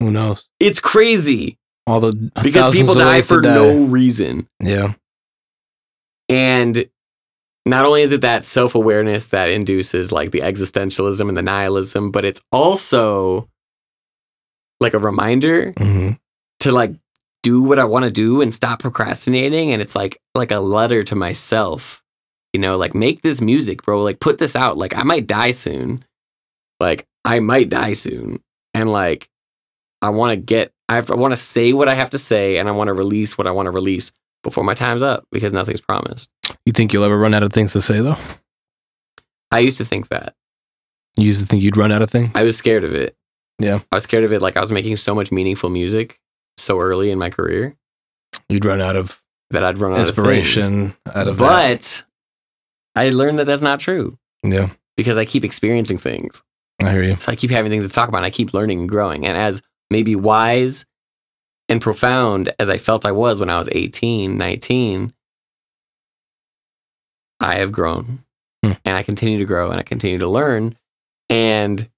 S1: Who knows?
S2: it's crazy
S1: All the
S2: because
S1: thousands
S2: people
S1: of
S2: die
S1: ways to
S2: for
S1: die.
S2: no reason.
S1: Yeah.
S2: And not only is it that self awareness that induces like the existentialism and the nihilism, but it's also like a reminder
S1: hmm
S2: to like do what I want to do and stop procrastinating. And it's like like a letter to myself, you know, like make this music, bro. Like put this out. Like I might die soon. Like I might die soon, and like I want to get. I want to say what I have to say, and I want to release what I want to release before my time's up because nothing's promised.
S1: You think you'll ever run out of things to say though?
S2: I used to think that.
S1: You used to think you'd run out of things?
S2: I was scared of it.
S1: Yeah.
S2: I was scared of it. Like I was making so much meaningful music so early in my career
S1: You'd run out of
S2: that I'd run out of
S1: inspiration, out
S2: things.
S1: of that.
S2: But I learned that that's not true
S1: Yeah,
S2: because I keep experiencing things.
S1: I hear you.
S2: So I keep having things to talk about. And I keep learning and growing. And as maybe wise and profound as I felt I was when I was 18, 19, I have grown
S1: Hmm.
S2: and I continue to grow and I continue to learn. And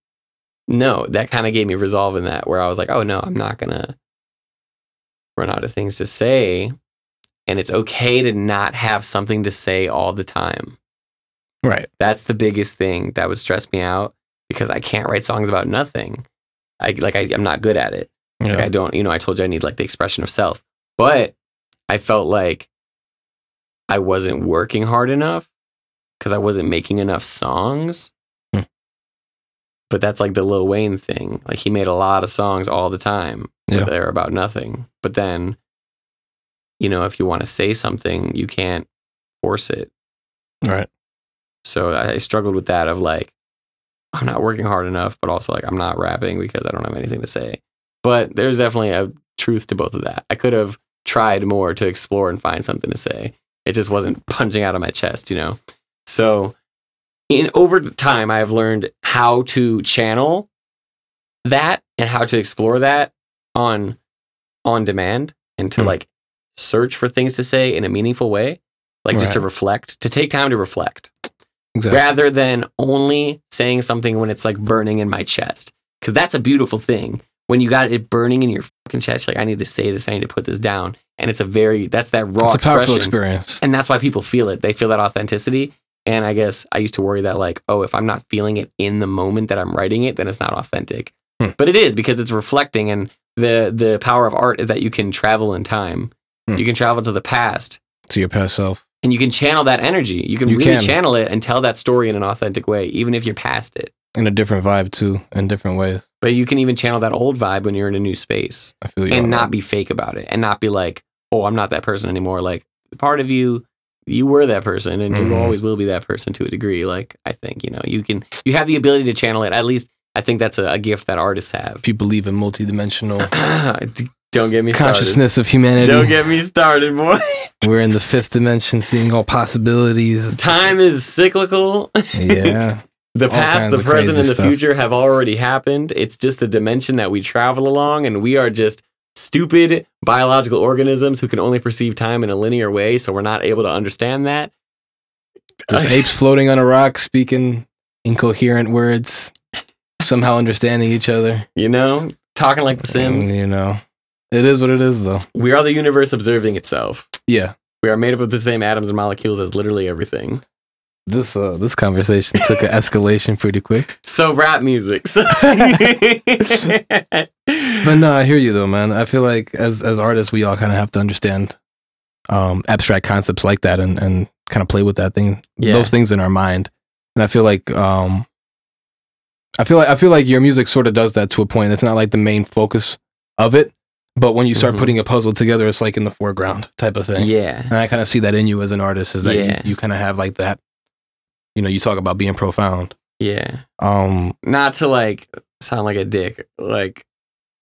S2: no, that kind of gave me resolve in that where I was like, oh no, I'm not going to run out of things to say. And it's okay to not have something to say all the time.
S1: Right.
S2: That's the biggest thing that would stress me out because I can't write songs about nothing. I like I, I'm not good at it.
S1: Yeah.
S2: Like I don't, you know, I told you I need like the expression of self. But I felt like I wasn't working hard enough because I wasn't making enough songs.
S1: Hmm.
S2: But that's like the Lil Wayne thing. Like he made a lot of songs all the time.
S1: Yeah.
S2: but They're about nothing. But then, you know, if you want to say something, you can't force it.
S1: Right.
S2: So I I struggled with that of like, I'm not working hard enough, but also like I'm not rapping because I don't have anything to say. But there's definitely a truth to both of that. I could have tried more to explore and find something to say. It just wasn't punching out of my chest, you know? So in over the time I've learned how to channel that and how to explore that on on demand and to
S1: Hmm.
S2: like search for things to say in a meaningful way. Like just to
S1: Right.
S2: reflect, to take time to reflect
S1: Exactly.
S2: rather than only saying something when it's like burning in my chest. Because that's a beautiful thing. When you got it burning in your fucking chest, you're like, I need to say this, I need to put this down. And it's a very, that's that raw
S1: It's a powerful
S2: expression.
S1: experience.
S2: And that's why people feel it. They feel that authenticity. And I guess I used to worry that, like, oh, if I'm not feeling it in the moment that I'm writing it, then it's not authentic.
S1: Hmm.
S2: But it is because it's reflecting. And the, the power of art is that you can travel in time,
S1: Hmm.
S2: you can travel to the past,
S1: To your past self.
S2: and you can channel that energy. You can
S1: You
S2: really
S1: can.
S2: channel it and tell that story in an authentic way, even if you're past it.
S1: In a different vibe too, in different ways.
S2: But you can even channel that old vibe when you're in a new space
S1: I feel you.
S2: and
S1: on
S2: not be fake about it and not be like, oh, I'm not that person anymore. Like, part of you, you were that person and you
S1: Mhm.
S2: always will be that person to a degree. Like, I think, you know, you can, you have the ability to channel it. At least I think that's a, a gift that artists have.
S1: that. If you believe in multidimensional
S2: Don't get me started.
S1: consciousness of humanity,
S2: Don't get me started, boy.
S1: we're in the fifth dimension, seeing all possibilities.
S2: Time is cyclical.
S1: yeah.
S2: The
S1: All
S2: past,
S1: kinds
S2: the
S1: of
S2: present,
S1: crazy
S2: and the
S1: stuff.
S2: future have already happened. It's just the dimension that we travel along, and we are just stupid biological organisms who can only perceive time in a linear way, so we're not able to understand that.
S1: Just apes floating on a rock, speaking incoherent words, somehow understanding each other.
S2: You know, talking like The Sims.
S1: Mm, You know, it is what it is, though.
S2: We are the universe observing itself.
S1: Yeah,
S2: We are made up of the same atoms and molecules as literally everything.
S1: this uh, this conversation took an escalation pretty quick.
S2: So, rap music. So-
S1: But no, I hear you though, man. I feel like as as artists, we all kind of have to understand um, abstract concepts like that and and kind of play with that thing,
S2: Yeah.
S1: those things in our mind. And I feel like um, I feel like I feel like your music sort of does that to a point. It's not like the main focus of it, but when you start
S2: Mhm.
S1: putting a puzzle together, it's like in the foreground type of thing.
S2: yeah.
S1: And I kind of see that in you as an artist is that
S2: Yeah.
S1: you, you kind of have like that, you know, you talk about being profound.
S2: Yeah.
S1: Um,
S2: Not to like sound like a dick. Like,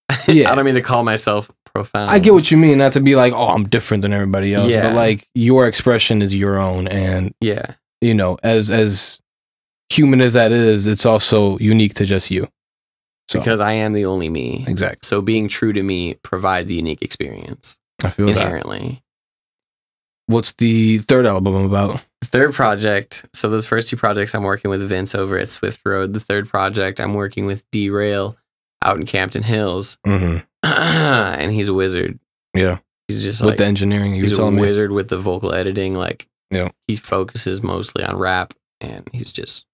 S2: I
S1: yeah,
S2: don't mean to call myself profound.
S1: I get what you mean. Not to be like, oh, I'm different than everybody else,
S2: Yeah.
S1: but like your expression is your own. And,
S2: Yeah,
S1: you know, as, as human as that is, it's also unique to just you. So,
S2: because I am the only me.
S1: exactly.
S2: So being true to me provides a unique experience
S1: I feel that.
S2: inherently.
S1: What's the third album about?
S2: The third project. So those first two projects, I'm working with Vince over at Swift Road. The third project, I'm working with Derail out in Campton Hills,
S1: Mm-hmm.
S2: and he's a wizard.
S1: Yeah.
S2: he's just
S1: With
S2: like
S1: the engineering, you were
S2: he's a
S1: telling me.
S2: wizard with the vocal editing. Like,
S1: Yeah.
S2: he focuses mostly on rap, and he's just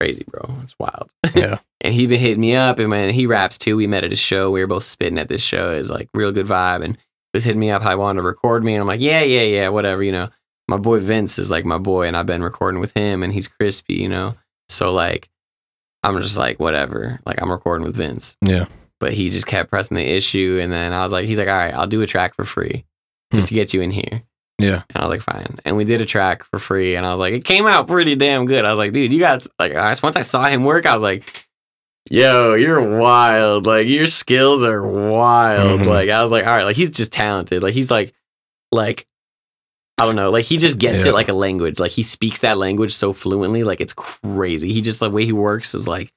S2: crazy, bro. It's wild.
S1: Yeah.
S2: and he been hitting me up, and when he raps too, we met at a show. We were both spitting at this show. It's like real good vibe, and he was hitting me up. I wanted to record me, and I'm like, yeah, yeah, yeah, whatever, you know. My boy Vince is like my boy, and I've been recording with him, and he's crispy, you know. So like, I'm just like whatever. Like I'm recording with Vince.
S1: Yeah.
S2: But he
S1: Hmm.
S2: just kept pressing the issue, and then I was like, he's like, all right, I'll do a track for free, just to get you in here.
S1: Yeah.
S2: And I was like, fine. And we did a track for free. And I was like, it came out pretty damn good. I was like, dude, you got like I once I saw him work, I was like, yo, you're wild. Like your skills are wild.
S1: Mhm.
S2: Like I was like, all right, like he's just talented. Like he's like like I don't know. Like he just gets
S1: Yeah.
S2: it like a language. Like he speaks that language so fluently. Like it's crazy. He just the way he works is like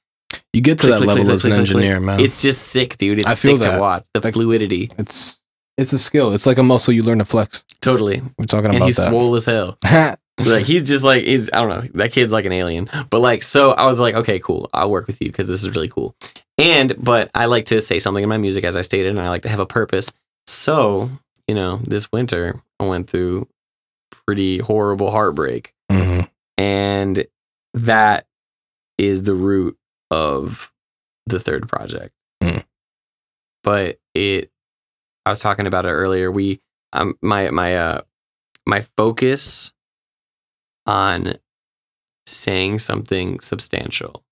S1: You get to
S2: Click,
S1: that
S2: click,
S1: level
S2: click,
S1: as
S2: click,
S1: an
S2: click, click.
S1: engineer, man.
S2: it's just sick, dude. It's
S1: Uh-huh. I feel
S2: sick
S1: that.
S2: to watch the
S1: Like-
S2: fluidity.
S1: it's it's a skill. It's like a muscle you learn to flex.
S2: Totally.
S1: We're talking
S2: And
S1: about
S2: he's
S1: that.
S2: swole as hell. like he's just like he's I don't know that kid's like an alien but like so I was like okay cool I'll work with you because this is really cool and but I like to say something in my music as I stated and I like to have a purpose so you know this winter I went through pretty horrible heartbreak
S1: Mhm.
S2: and that is the root of the third project
S1: Mm.
S2: but it i was talking about it earlier we um, my my uh my focus on saying something substantial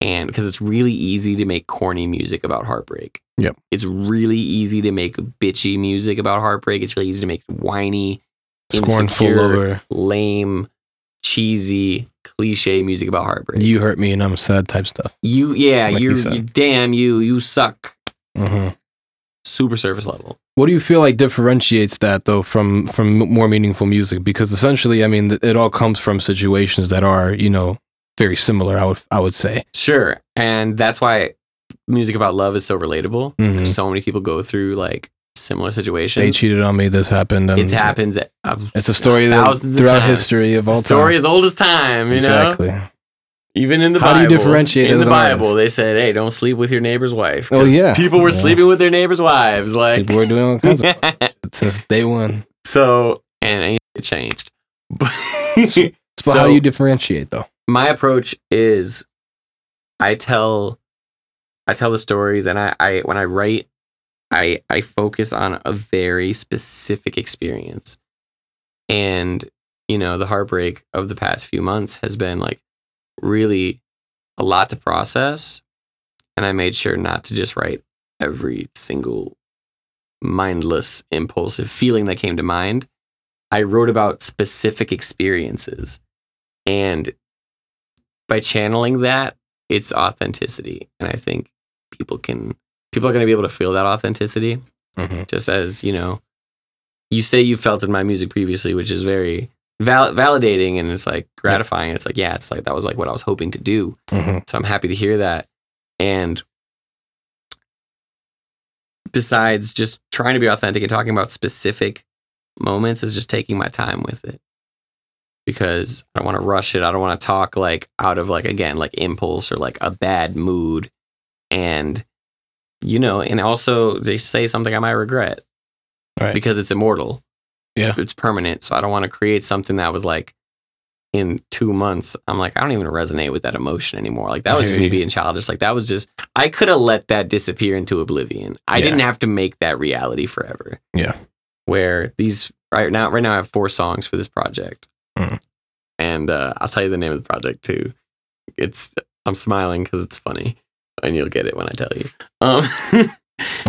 S2: and because it's really easy to make corny music about heartbreak
S1: Yep.
S2: it's really easy to make bitchy music about heartbreak it's really easy to make whiny
S1: Scornful
S2: insecure,
S1: over
S2: lame, cheesy, cliche music about heartbreak.
S1: you hurt me and I'm sad type stuff.
S2: you yeah,
S1: Like
S2: you
S1: you said.
S2: you damn you, you suck.
S1: hmm
S2: Super service level.
S1: What do you feel like differentiates that though from from m- more meaningful music? Because essentially, I mean, th- it all comes from situations that are you know very similar. I would I would say.
S2: Sure, and that's why music about love is so relatable.
S1: Mhm.
S2: So many people go through like similar
S1: They
S2: situations.
S1: cheated on me. This happened. And
S2: It happens. uh,
S1: It's a story that,
S2: Thousands of
S1: throughout
S2: times.
S1: history of all
S2: story
S1: time.
S2: as old as time. You know,
S1: exactly.
S2: Even in the
S1: How do
S2: Bible,
S1: you differentiate
S2: in
S1: as
S2: the
S1: an
S2: Bible?
S1: artist?
S2: They said, "Hey, don't sleep with your neighbor's wife."
S1: Oh,
S2: 'Cause
S1: yeah.
S2: people were
S1: Yeah.
S2: sleeping with their neighbors' wives. Like
S1: People were doing all kinds of since day one.
S2: so, and, and it changed. But
S1: So, how do you differentiate though?
S2: my approach is I tell I tell the stories and I, I when I write I I focus on a very specific experience. And you know, the heartbreak of the past few months has been like really a lot to process and I made sure not to just write every single mindless impulsive feeling that came to mind. I wrote about specific experiences and by channeling that, it's authenticity. And I think people can people are going to be able to feel that authenticity
S1: Mhm.
S2: just as, you know, you say you felt in my music previously, which is very val- validating and it's like gratifying. It's like, yeah, it's like that was like what I was hoping to do.
S1: Mhm.
S2: So I'm happy to hear that. And besides just trying to be authentic and talking about specific moments is just taking my time with it because I don't want to rush it. I don't want to talk like out of like again like impulse or like a bad mood and you know and also they say something I might regret
S1: Right.
S2: because it's immortal.
S1: Yeah.
S2: It's permanent. So I don't want to create something that was like in two months, I'm like, I don't even resonate with that emotion anymore. Like that
S1: I
S2: was
S1: hear
S2: just me
S1: you.
S2: being childish. Like that was just I could have let that disappear into oblivion. I
S1: Yeah.
S2: didn't have to make that reality forever.
S1: Yeah.
S2: Where these right now right now I have four songs for this project.
S1: Mhm.
S2: And uh, I'll tell you the name of the project too. It's I'm smiling because it's funny. And you'll get it when I tell you. Um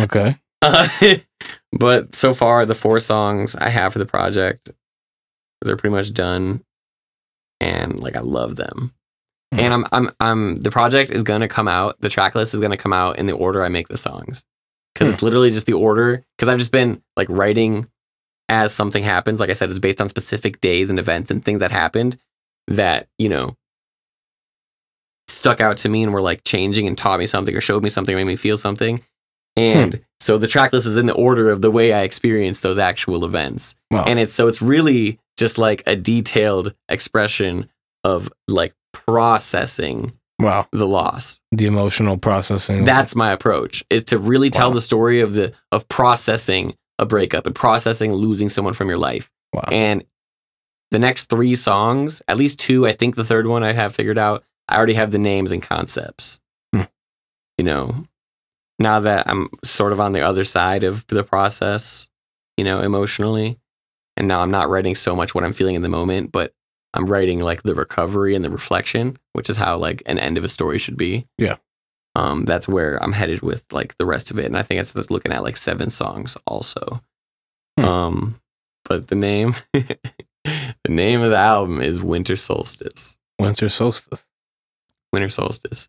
S1: Okay.
S2: Uh, but so far, the four songs I have for the project, they're pretty much done, and like I love them.
S1: Mhm.
S2: And I'm I'm I'm the project is gonna come out. The track list is gonna come out in the order I make the songs, because it's literally just the order. Because I've just been like writing as something happens. Like I said, it's based on specific days and events and things that happened that you know stuck out to me and were like changing and taught me something or showed me something, made me feel something. And so the track list is in the order of the way I experienced those actual events.
S1: Wow.
S2: And it's so it's really just like a detailed expression of like processing
S1: wow.
S2: the loss.
S1: The emotional processing.
S2: That's my approach is to really tell
S1: Wow.
S2: the story of the of processing a breakup and processing losing someone from your life.
S1: Wow.
S2: And the next three songs, at least two, I think the third one I have figured out, I already have the names and concepts.
S1: Hmm.
S2: You know, now that I'm sort of on the other side of the process, you know, emotionally, and now I'm not writing so much what I'm feeling in the moment, but I'm writing like the recovery and the reflection, which is how like an end of a story should be.
S1: Yeah.
S2: Um, that's where I'm headed with like the rest of it. And I think it's, it's looking at like seven songs also.
S1: Hmm.
S2: Um, but the name, the name of the album is Winter Solstice.
S1: Winter solstice.
S2: Winter Solstice.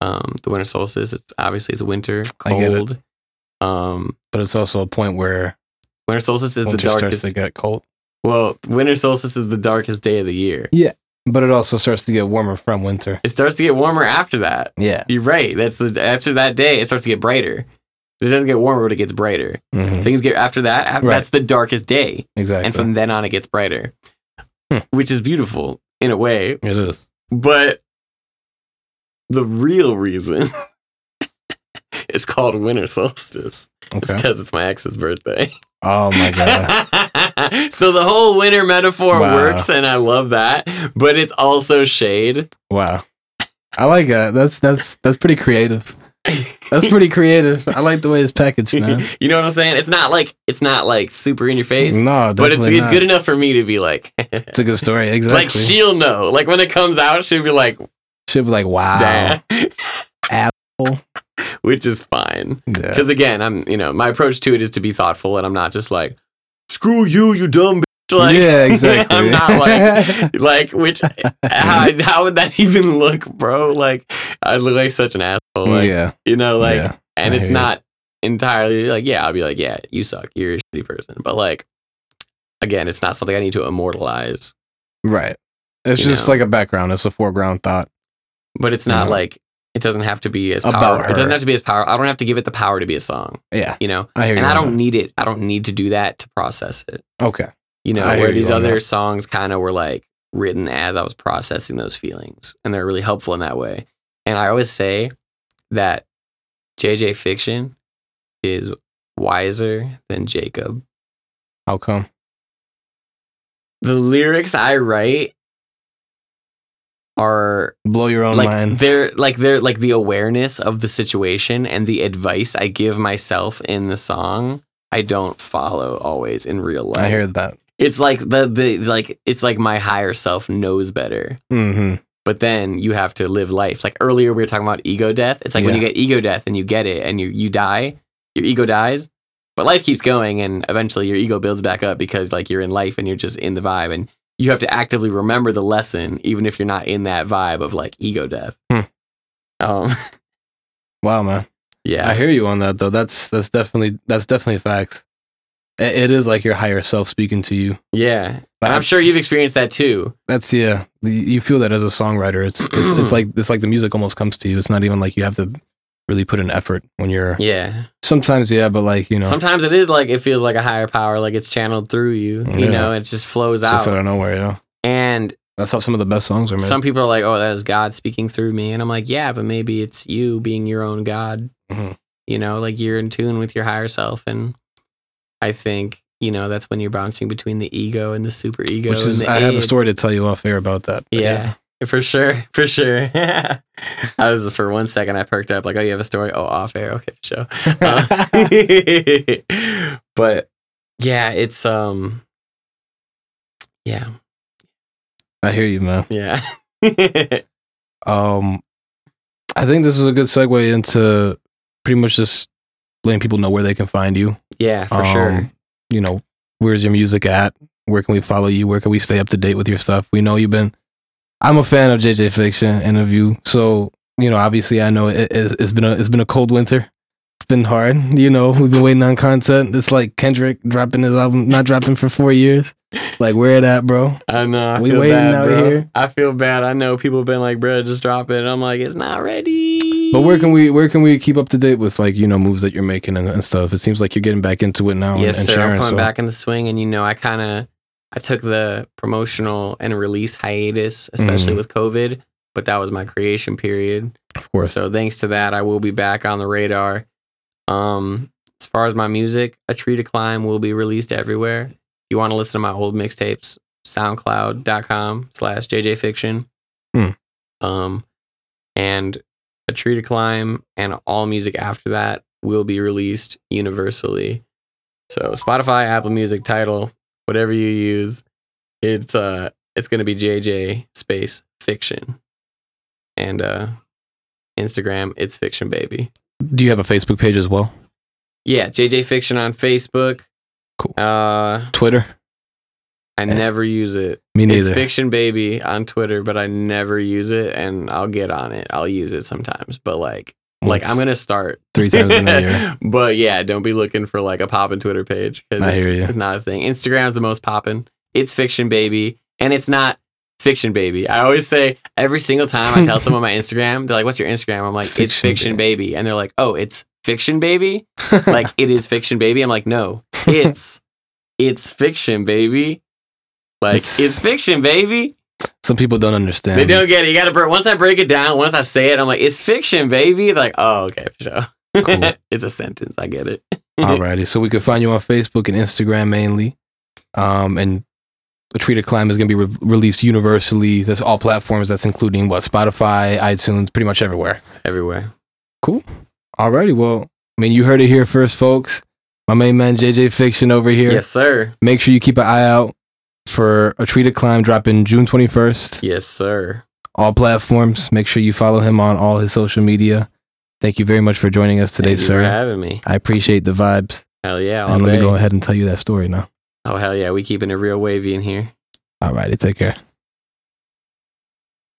S2: Um, the Winter Solstice. It's obviously it's winter,
S1: I get it.
S2: cold. Um,
S1: But it's also a point where
S2: Winter Solstice is
S1: winter
S2: the
S1: starts
S2: darkest.
S1: to get cold.
S2: well, Winter Solstice is the darkest day of the year.
S1: But it also starts to get warmer from winter.
S2: It starts to get warmer after that.
S1: Yeah.
S2: You're right. That's the after that day, it starts to get brighter. It doesn't get warmer, but it gets brighter.
S1: Mhm.
S2: Things get after that. af-
S1: Right.
S2: That's the darkest day,
S1: Exactly.
S2: and from then on, it gets brighter,
S1: Hmm.
S2: which is beautiful in a way.
S1: it is.
S2: But the real reason it's called winter solstice is
S1: Okay.
S2: because it's my ex's birthday.
S1: Oh my god.
S2: so the whole winter metaphor
S1: Wow.
S2: works, and I love that. But it's also shade.
S1: Wow. I like that. That's that's that's pretty creative. That's pretty creative. I like the way it's packaged, man.
S2: you know what I'm saying? It's not like it's not like super in your face,
S1: No,
S2: but it's
S1: definitely
S2: it's
S1: not.
S2: good enough for me to be like,
S1: It's a good story. Exactly.
S2: like she'll know. Like when it comes out, she'll be like,
S1: She'll be like, wow.
S2: "Dad,"
S1: Ah. Apple.
S2: which is fine.
S1: Yeah.
S2: Because again, I'm you know my approach to it is to be thoughtful, and I'm not just like, screw you, you dumb bitch. Like,
S1: yeah, exactly.
S2: I'm not like like which how, how would that even look, bro? Like I look like such an asshole. Like
S1: yeah.
S2: you know, like
S1: yeah.
S2: and
S1: I
S2: it's
S1: hear you.
S2: not entirely like yeah i'll be like yeah you suck you're a shitty person but like again it's not something i need to immortalize
S1: Right. It's
S2: you
S1: just
S2: know.
S1: like a background. It's a foreground thought.
S2: but it's not
S1: Mhm. like-
S2: like it doesn't have to be as
S1: About
S2: power-
S1: her.
S2: it doesn't have to be as power i don't have to give it the power to be a song
S1: Yeah.
S2: you know
S1: I hear
S2: and
S1: you.
S2: i
S1: on
S2: don't need it i don't need to do that to process it
S1: that. Okay.
S2: you know
S1: I hear
S2: where
S1: you
S2: these
S1: on
S2: other
S1: that.
S2: songs kind of were like written as i was processing those feelings and they're really helpful in that way and i always say that jj fiction is wiser than jacob
S1: How come?
S2: the lyrics I write are
S1: Blow your own
S2: like
S1: mind.
S2: they're like they're like the awareness of the situation and the advice I give myself in the song I don't follow always in real life.
S1: I hear that.
S2: It's like the the like it's like my higher self knows better.
S1: hmm
S2: But then you have to live life. Like earlier we were talking about ego death. It's like when you get ego death and you get it and you you die, your ego dies, but life keeps going and eventually your ego builds back up because like you're in life and you're just in the vibe and you have to actively remember the lesson even if you're not in that vibe of like ego death.
S1: Hmm.
S2: Um
S1: Wow, man. I
S2: yeah.
S1: hear you on that though. That's that's definitely that's definitely facts. It, it is like your higher self speaking to you.
S2: Yeah.
S1: But
S2: I'm
S1: I-
S2: sure you've experienced that too.
S1: That's yeah. the- You feel that as a songwriter. It's it's it's like it's like the music almost comes to you. It's not even like you have to really put in effort when you're.
S2: Yeah.
S1: Sometimes yeah, but like you know,
S2: Sometimes it is like it feels like a higher power like it's channeled through you,
S1: Yeah.
S2: you know, it just flows
S1: it's
S2: out.
S1: just out of nowhere. Yeah,
S2: and
S1: that's how some of the best songs are made.
S2: Some people are like, "Oh, that is God speaking through me," and I'm like, "Yeah, but maybe it's you being your own God."
S1: Mhm.
S2: You know, like you're in tune with your higher self, and I think you know that's when you're bouncing between the ego and the super ego.
S1: Which is
S2: and the
S1: I have a
S2: id.
S1: story to tell you off air about that. but
S2: Yeah, for sure, for sure. I was for one second I perked up, like, "Oh, you have a story? Oh, off air, okay, show." Uh, but yeah, it's um, yeah,
S1: I hear you, man.
S2: yeah.
S1: Um, I think this is a good segue into pretty much just letting people know where they can find you.
S2: yeah, for
S1: Um,
S2: sure.
S1: You know, where's your music at? Where can we follow you? Where can we stay up to date with your stuff? We know you've been. I'm a fan of JJ Fiction and of you, so you know. Obviously, I know it, it, it's been a it's been a cold winter. It's been hard. You know, we've been waiting on content. It's like Kendrick dropping his album, not dropping for four years. Like, where it at, bro?
S2: I know. I
S1: We
S2: feel
S1: waiting
S2: bad,
S1: out
S2: bro.
S1: here.
S2: I feel bad. I know people have been like, bro, just drop it. And I'm like, it's not ready.
S1: But where can we where can we keep up to date with like you know moves that you're making and, and stuff? It seems like you're getting back into it now. and-
S2: Yes,
S1: and,
S2: sir. I'm
S1: sharing,
S2: coming
S1: so-
S2: back in the swing, and you know, I kind of, I took the promotional and release hiatus, especially
S1: Mhm.
S2: with COVID. But that was my creation period.
S1: Of course,
S2: So thanks to that, I will be back on the radar. Um, as far as my music, A Tree to Climb will be released everywhere. If you want to listen to my old mixtapes, soundcloud.com slash jjfiction.
S1: Hmm.
S2: Um, and A Tree to Climb and all music after that will be released universally. So Spotify, Apple Music, title, whatever you use, it's uh it's gonna be JJ space fiction. And uh Instagram, it's fiction baby.
S1: do you have a Facebook page as well?
S2: Yeah, JJ Fiction on Facebook.
S1: Cool.
S2: Uh,
S1: Twitter?
S2: I never use it.
S1: Me
S2: It's
S1: neither.
S2: fiction baby on Twitter, but I never use it, and I'll get on it. I'll use it sometimes, but like, like
S1: Once,
S2: I'm gonna start
S1: three times in a year.
S2: but yeah, don't be looking for like a poppin' Twitter page because
S1: I
S2: it's,
S1: hear ya.
S2: it's not a thing. Instagram's the most poppin'. It's fiction baby, and it's not fiction baby. I always say every single time I tell someone my Instagram, they're like, "What's your Instagram?" I'm like, "It's
S1: Fiction
S2: fiction baby," and they're like, "Oh, it's fiction baby." like it is fiction baby. I'm like, "No, it's it's fiction baby." Like
S1: It's-
S2: it's, fiction baby.
S1: Some people don't understand.
S2: They don't get it. You gotta break. Once I break it down, once I say it, I'm like, "It's fiction baby." They're like, "Oh, okay, for sure."
S1: Cool.
S2: it's a sentence. I get it.
S1: Alrighty. So we can find you on Facebook and Instagram mainly. Um, and the Tree to Climb is going to be re- released universally. That's all platforms. That's including what Spotify, iTunes, pretty much everywhere.
S2: everywhere.
S1: Alrighty. Well, I mean, you heard it here first, folks. My main man JJ Fiction over here.
S2: Yes, sir.
S1: Make sure you keep an eye out for a Tree to Climb dropping June twenty first.
S2: Yes, sir.
S1: All platforms. Make sure you follow him on all his social media. Thank you very much for joining us today,
S2: Thank you for
S1: sir.
S2: having me.
S1: I appreciate the vibes.
S2: Hell yeah. All
S1: And let
S2: day.
S1: me go ahead and tell you that story now.
S2: Oh hell yeah, we keeping it real wavy in here.
S1: Alrighty. Take care.